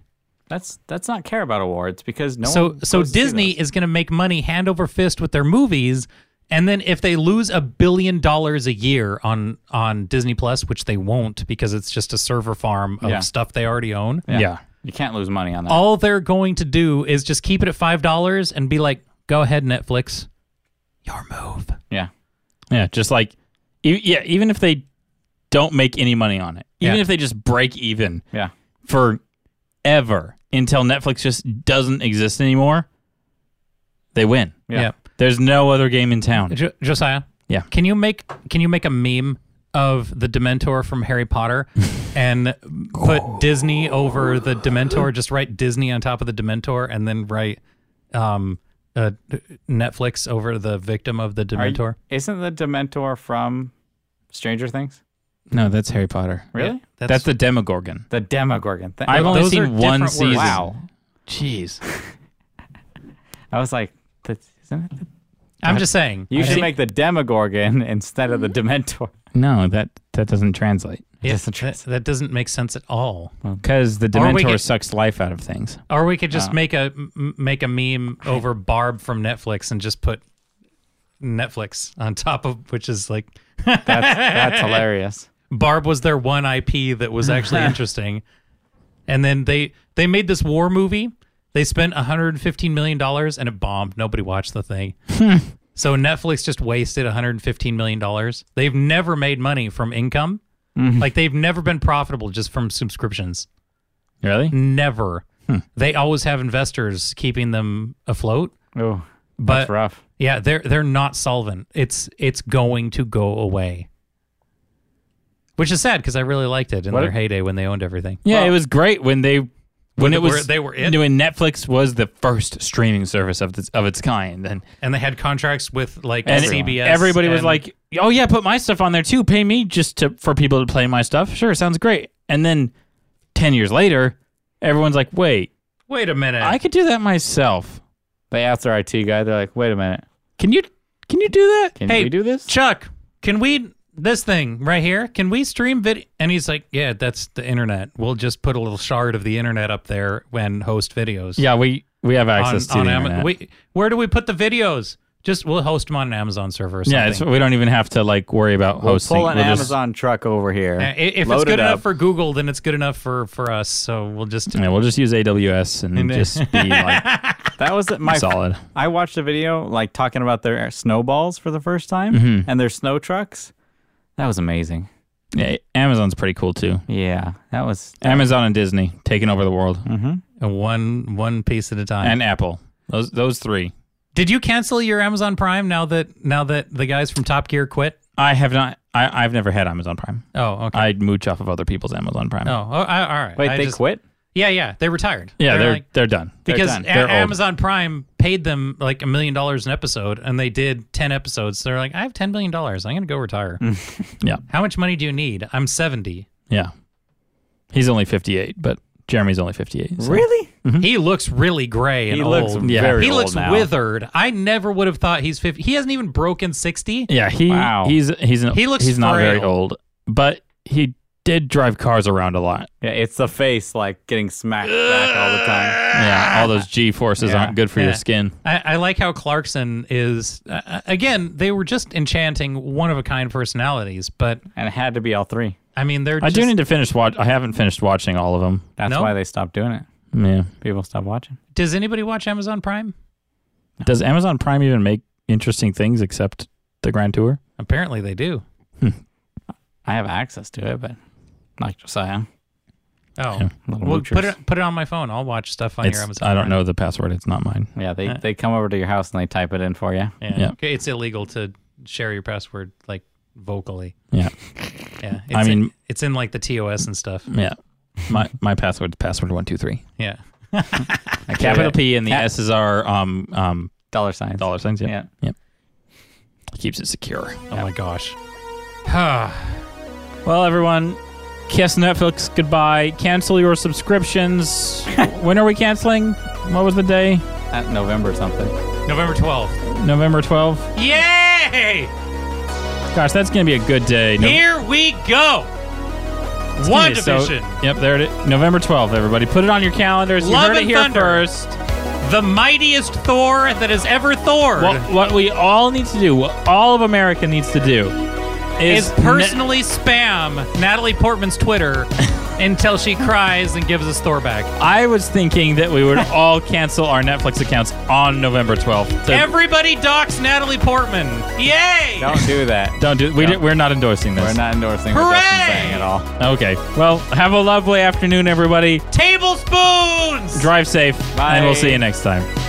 Speaker 3: That's that's not care about awards because no.
Speaker 1: So
Speaker 3: one
Speaker 1: so
Speaker 3: goes to see
Speaker 1: Disney
Speaker 3: those.
Speaker 1: is going to make money hand over fist with their movies, and then if they lose a billion dollars a year on on Disney Plus, which they won't because it's just a server farm of
Speaker 3: Yeah.
Speaker 1: stuff they already own,
Speaker 2: yeah.
Speaker 3: you can't lose money on that.
Speaker 1: all they're going to do is just keep it at five dollars and be like, go ahead, Netflix, your move.
Speaker 3: yeah.
Speaker 2: Yeah, just like, e- yeah, even if they don't make any money on it, even
Speaker 1: Yeah.
Speaker 2: if they just break even
Speaker 3: Yeah.
Speaker 2: forever until Netflix just doesn't exist anymore, they win.
Speaker 3: Yeah.
Speaker 2: There's no other game in town.
Speaker 1: Jo- Josiah.
Speaker 2: Yeah.
Speaker 1: Can you make can you make a meme of the Dementor from Harry Potter and put Disney over the Dementor? Just write Disney on top of the Dementor and then write um, uh, Netflix over the victim of the
Speaker 3: Are you-
Speaker 1: Dementor.
Speaker 3: isn't the Dementor from Stranger Things?
Speaker 2: No, that's Harry Potter.
Speaker 3: Really?
Speaker 2: That's, the Demogorgon.
Speaker 3: The Demogorgon. Th-
Speaker 2: I've only
Speaker 1: those are
Speaker 2: seen
Speaker 1: different
Speaker 2: one
Speaker 1: words.
Speaker 2: season.
Speaker 3: wow.
Speaker 2: Jeez.
Speaker 3: I was like, "That's- isn't it? the-
Speaker 1: I'm just saying.
Speaker 3: You
Speaker 1: I
Speaker 3: should
Speaker 1: think-
Speaker 3: make the Demogorgon instead of the Dementor.
Speaker 2: No, that that doesn't translate
Speaker 1: yeah, that, that doesn't make sense at all.
Speaker 2: because the
Speaker 1: Or we
Speaker 2: Dementor
Speaker 1: could-
Speaker 2: sucks life out of things.
Speaker 1: Or we could just make a m- make a meme over Barb from Netflix and just put Netflix on top of which is like
Speaker 3: That's that's hilarious.
Speaker 1: Barb was their one IP that was actually interesting. And then they they made this war movie. They spent 115 million dollars and it bombed. Nobody watched the thing. so Netflix just wasted 115 million dollars. They've never made money from income. Like they've never been profitable just from subscriptions.
Speaker 2: Really?
Speaker 1: Never. They always have investors keeping them afloat.
Speaker 3: Oh,
Speaker 1: But
Speaker 3: that's rough.
Speaker 1: yeah, they're they're not solvent. It's it's going to go away. Which is sad because I really liked it in
Speaker 3: What-
Speaker 1: their heyday when they owned everything.
Speaker 2: Yeah,
Speaker 3: Well-
Speaker 2: it was great when they when,
Speaker 1: they
Speaker 2: it was
Speaker 1: were- they were it.
Speaker 2: when Netflix was the first streaming service of its of its kind, and
Speaker 1: And they had contracts with like
Speaker 2: and
Speaker 1: CBS.
Speaker 2: everybody was
Speaker 1: and-
Speaker 2: like, "Oh yeah, put my stuff on there too. Pay me just to for people to play my stuff. Sure, sounds great." And then ten years later, everyone's like, "Wait,
Speaker 1: "Wait a minute,
Speaker 2: I could do that myself.
Speaker 3: They asked their IT guy. They're like, "Wait a minute,
Speaker 2: Can you? Can you do that?"
Speaker 3: can
Speaker 1: Hey,
Speaker 3: we do this?"
Speaker 1: Chuck, can we this thing right here? Can we stream video?" And he's like, "Yeah, that's the internet. We'll just put a little shard of the internet up there and host videos."
Speaker 2: Yeah, we we have
Speaker 1: on,
Speaker 2: access
Speaker 1: on
Speaker 2: to the
Speaker 1: Amazon.
Speaker 2: internet.
Speaker 1: We, where do we put the videos? Just we'll host them on an Amazon server. Or something.
Speaker 2: yeah, it's, we don't even have to like worry about
Speaker 3: We'll
Speaker 2: hosting.
Speaker 3: pull an
Speaker 2: We'll just-
Speaker 3: Amazon truck over here.
Speaker 1: Uh, i- If
Speaker 3: load
Speaker 1: it's good
Speaker 3: it
Speaker 1: enough
Speaker 3: up.
Speaker 1: for Google, then it's good enough for for us. So we'll just
Speaker 2: yeah, we'll just use AWS and
Speaker 1: then-
Speaker 2: just be like
Speaker 3: that was my
Speaker 2: solid.
Speaker 3: I watched a video like talking about their snowballs for the first time and their snow trucks. That was amazing.
Speaker 2: Yeah, Amazon's pretty cool too.
Speaker 3: Yeah, that was
Speaker 2: Amazon and Disney taking over the world,
Speaker 1: and one one piece at a time.
Speaker 2: and Apple. Those those three.
Speaker 1: Did you cancel your Amazon Prime now that now that the guys from Top Gear quit?
Speaker 2: I have not. I, I've never had Amazon Prime.
Speaker 1: Oh, okay.
Speaker 2: I mooch off of other people's Amazon Prime.
Speaker 1: oh, oh, I, all right.
Speaker 3: wait.
Speaker 1: I
Speaker 3: they
Speaker 1: just-
Speaker 3: quit.
Speaker 1: Yeah, yeah. They retired.
Speaker 2: yeah, they're
Speaker 1: like-
Speaker 2: they're done.
Speaker 1: because
Speaker 3: done.
Speaker 1: A-
Speaker 2: They're old.
Speaker 1: Amazon Prime paid them like a million dollars an episode, and they did ten episodes. So they're like, I have ten million dollars. I'm gonna go retire.
Speaker 2: Yeah.
Speaker 1: How much money do you need? I'm seventy.
Speaker 2: yeah, he's only fifty eight, but Jeremy's only fifty eight.
Speaker 3: Really?
Speaker 1: He looks really gray and
Speaker 3: He looks
Speaker 1: old.
Speaker 2: Yeah.
Speaker 3: very
Speaker 1: he
Speaker 3: old
Speaker 1: looks
Speaker 3: now.
Speaker 1: withered. I never would have thought he's 50. He hasn't even broken 60.
Speaker 2: Yeah, he
Speaker 3: Wow.
Speaker 2: he's he's an,
Speaker 1: He looks
Speaker 2: he's not very
Speaker 1: frail.
Speaker 2: old, but he did drive cars around a lot.
Speaker 3: Yeah, it's the face like getting smacked back all the time.
Speaker 2: Yeah, all those G forces
Speaker 3: Yeah.
Speaker 2: aren't good for
Speaker 1: Yeah.
Speaker 2: your skin.
Speaker 1: I, I like how Clarkson is, uh, again, they were just enchanting one of a kind personalities, but
Speaker 3: And it had to be all three.
Speaker 1: I mean, they're
Speaker 2: I
Speaker 1: just.
Speaker 2: do need to finish watch. I haven't finished watching all of them.
Speaker 3: That's
Speaker 1: No?
Speaker 3: why they stopped doing it.
Speaker 2: Yeah,
Speaker 3: People stopped watching.
Speaker 1: does anybody watch Amazon Prime?
Speaker 2: does Amazon Prime even make interesting things except the Grand Tour?
Speaker 1: Apparently they do.
Speaker 3: I have access to it, but like Josiah.
Speaker 1: Oh,
Speaker 3: Little
Speaker 1: well,
Speaker 3: moochers.
Speaker 1: put it put it on my phone. I'll watch stuff on your
Speaker 2: It's,
Speaker 1: Amazon.
Speaker 2: I don't
Speaker 1: Prime.
Speaker 2: know the password. It's not mine.
Speaker 3: Yeah, they, they come over to your house and they type it in for you.
Speaker 1: Yeah.
Speaker 2: Yeah.
Speaker 1: Okay, it's illegal to share your password like vocally.
Speaker 2: Yeah,
Speaker 1: Yeah, it's
Speaker 2: I mean-
Speaker 1: it's in like the TOS and stuff.
Speaker 2: yeah. My my password's password one two three.
Speaker 1: Yeah.
Speaker 2: A capital
Speaker 3: it.
Speaker 2: P and the
Speaker 3: Cap-
Speaker 2: S's are um um
Speaker 3: Dollar signs.
Speaker 2: dollar signs. Yeah.
Speaker 3: Yeah.
Speaker 2: Yep. Keeps it secure.
Speaker 1: Oh my gosh. Ah,
Speaker 2: Well, everyone, kiss Netflix goodbye. Cancel your subscriptions. when are we canceling? What was the day?
Speaker 3: At November something.
Speaker 1: November 12th.
Speaker 2: November 12th.
Speaker 1: Yay!
Speaker 2: Gosh, that's going to be a good day. No-
Speaker 1: Here we go.
Speaker 2: it's gonna
Speaker 1: One
Speaker 2: be so-
Speaker 1: division.
Speaker 2: yep, there it is. November 12th, everybody. Put it on your calendars. you
Speaker 1: Love
Speaker 2: heard it
Speaker 1: and
Speaker 2: here
Speaker 1: Thunder.
Speaker 2: first.
Speaker 1: the mightiest Thor that has ever Thored
Speaker 2: What, what we all need to do, what all of America needs to do, is,
Speaker 1: is personally spam Natalie Portman's Twitter until she cries and gives us Thor back.
Speaker 2: I was thinking that we would all cancel our Netflix accounts on November 12th. So
Speaker 1: Everybody docs Natalie Portman. Yay!
Speaker 3: Don't do that.
Speaker 2: don't do we
Speaker 3: No.
Speaker 2: di- we're not endorsing this.
Speaker 3: We're not endorsing what Justin's
Speaker 1: Hooray!
Speaker 3: saying at all.
Speaker 2: Okay. Well, have a lovely afternoon everybody.
Speaker 1: Tablespoons.
Speaker 2: Drive safe
Speaker 3: Bye.
Speaker 2: and we'll see you next time.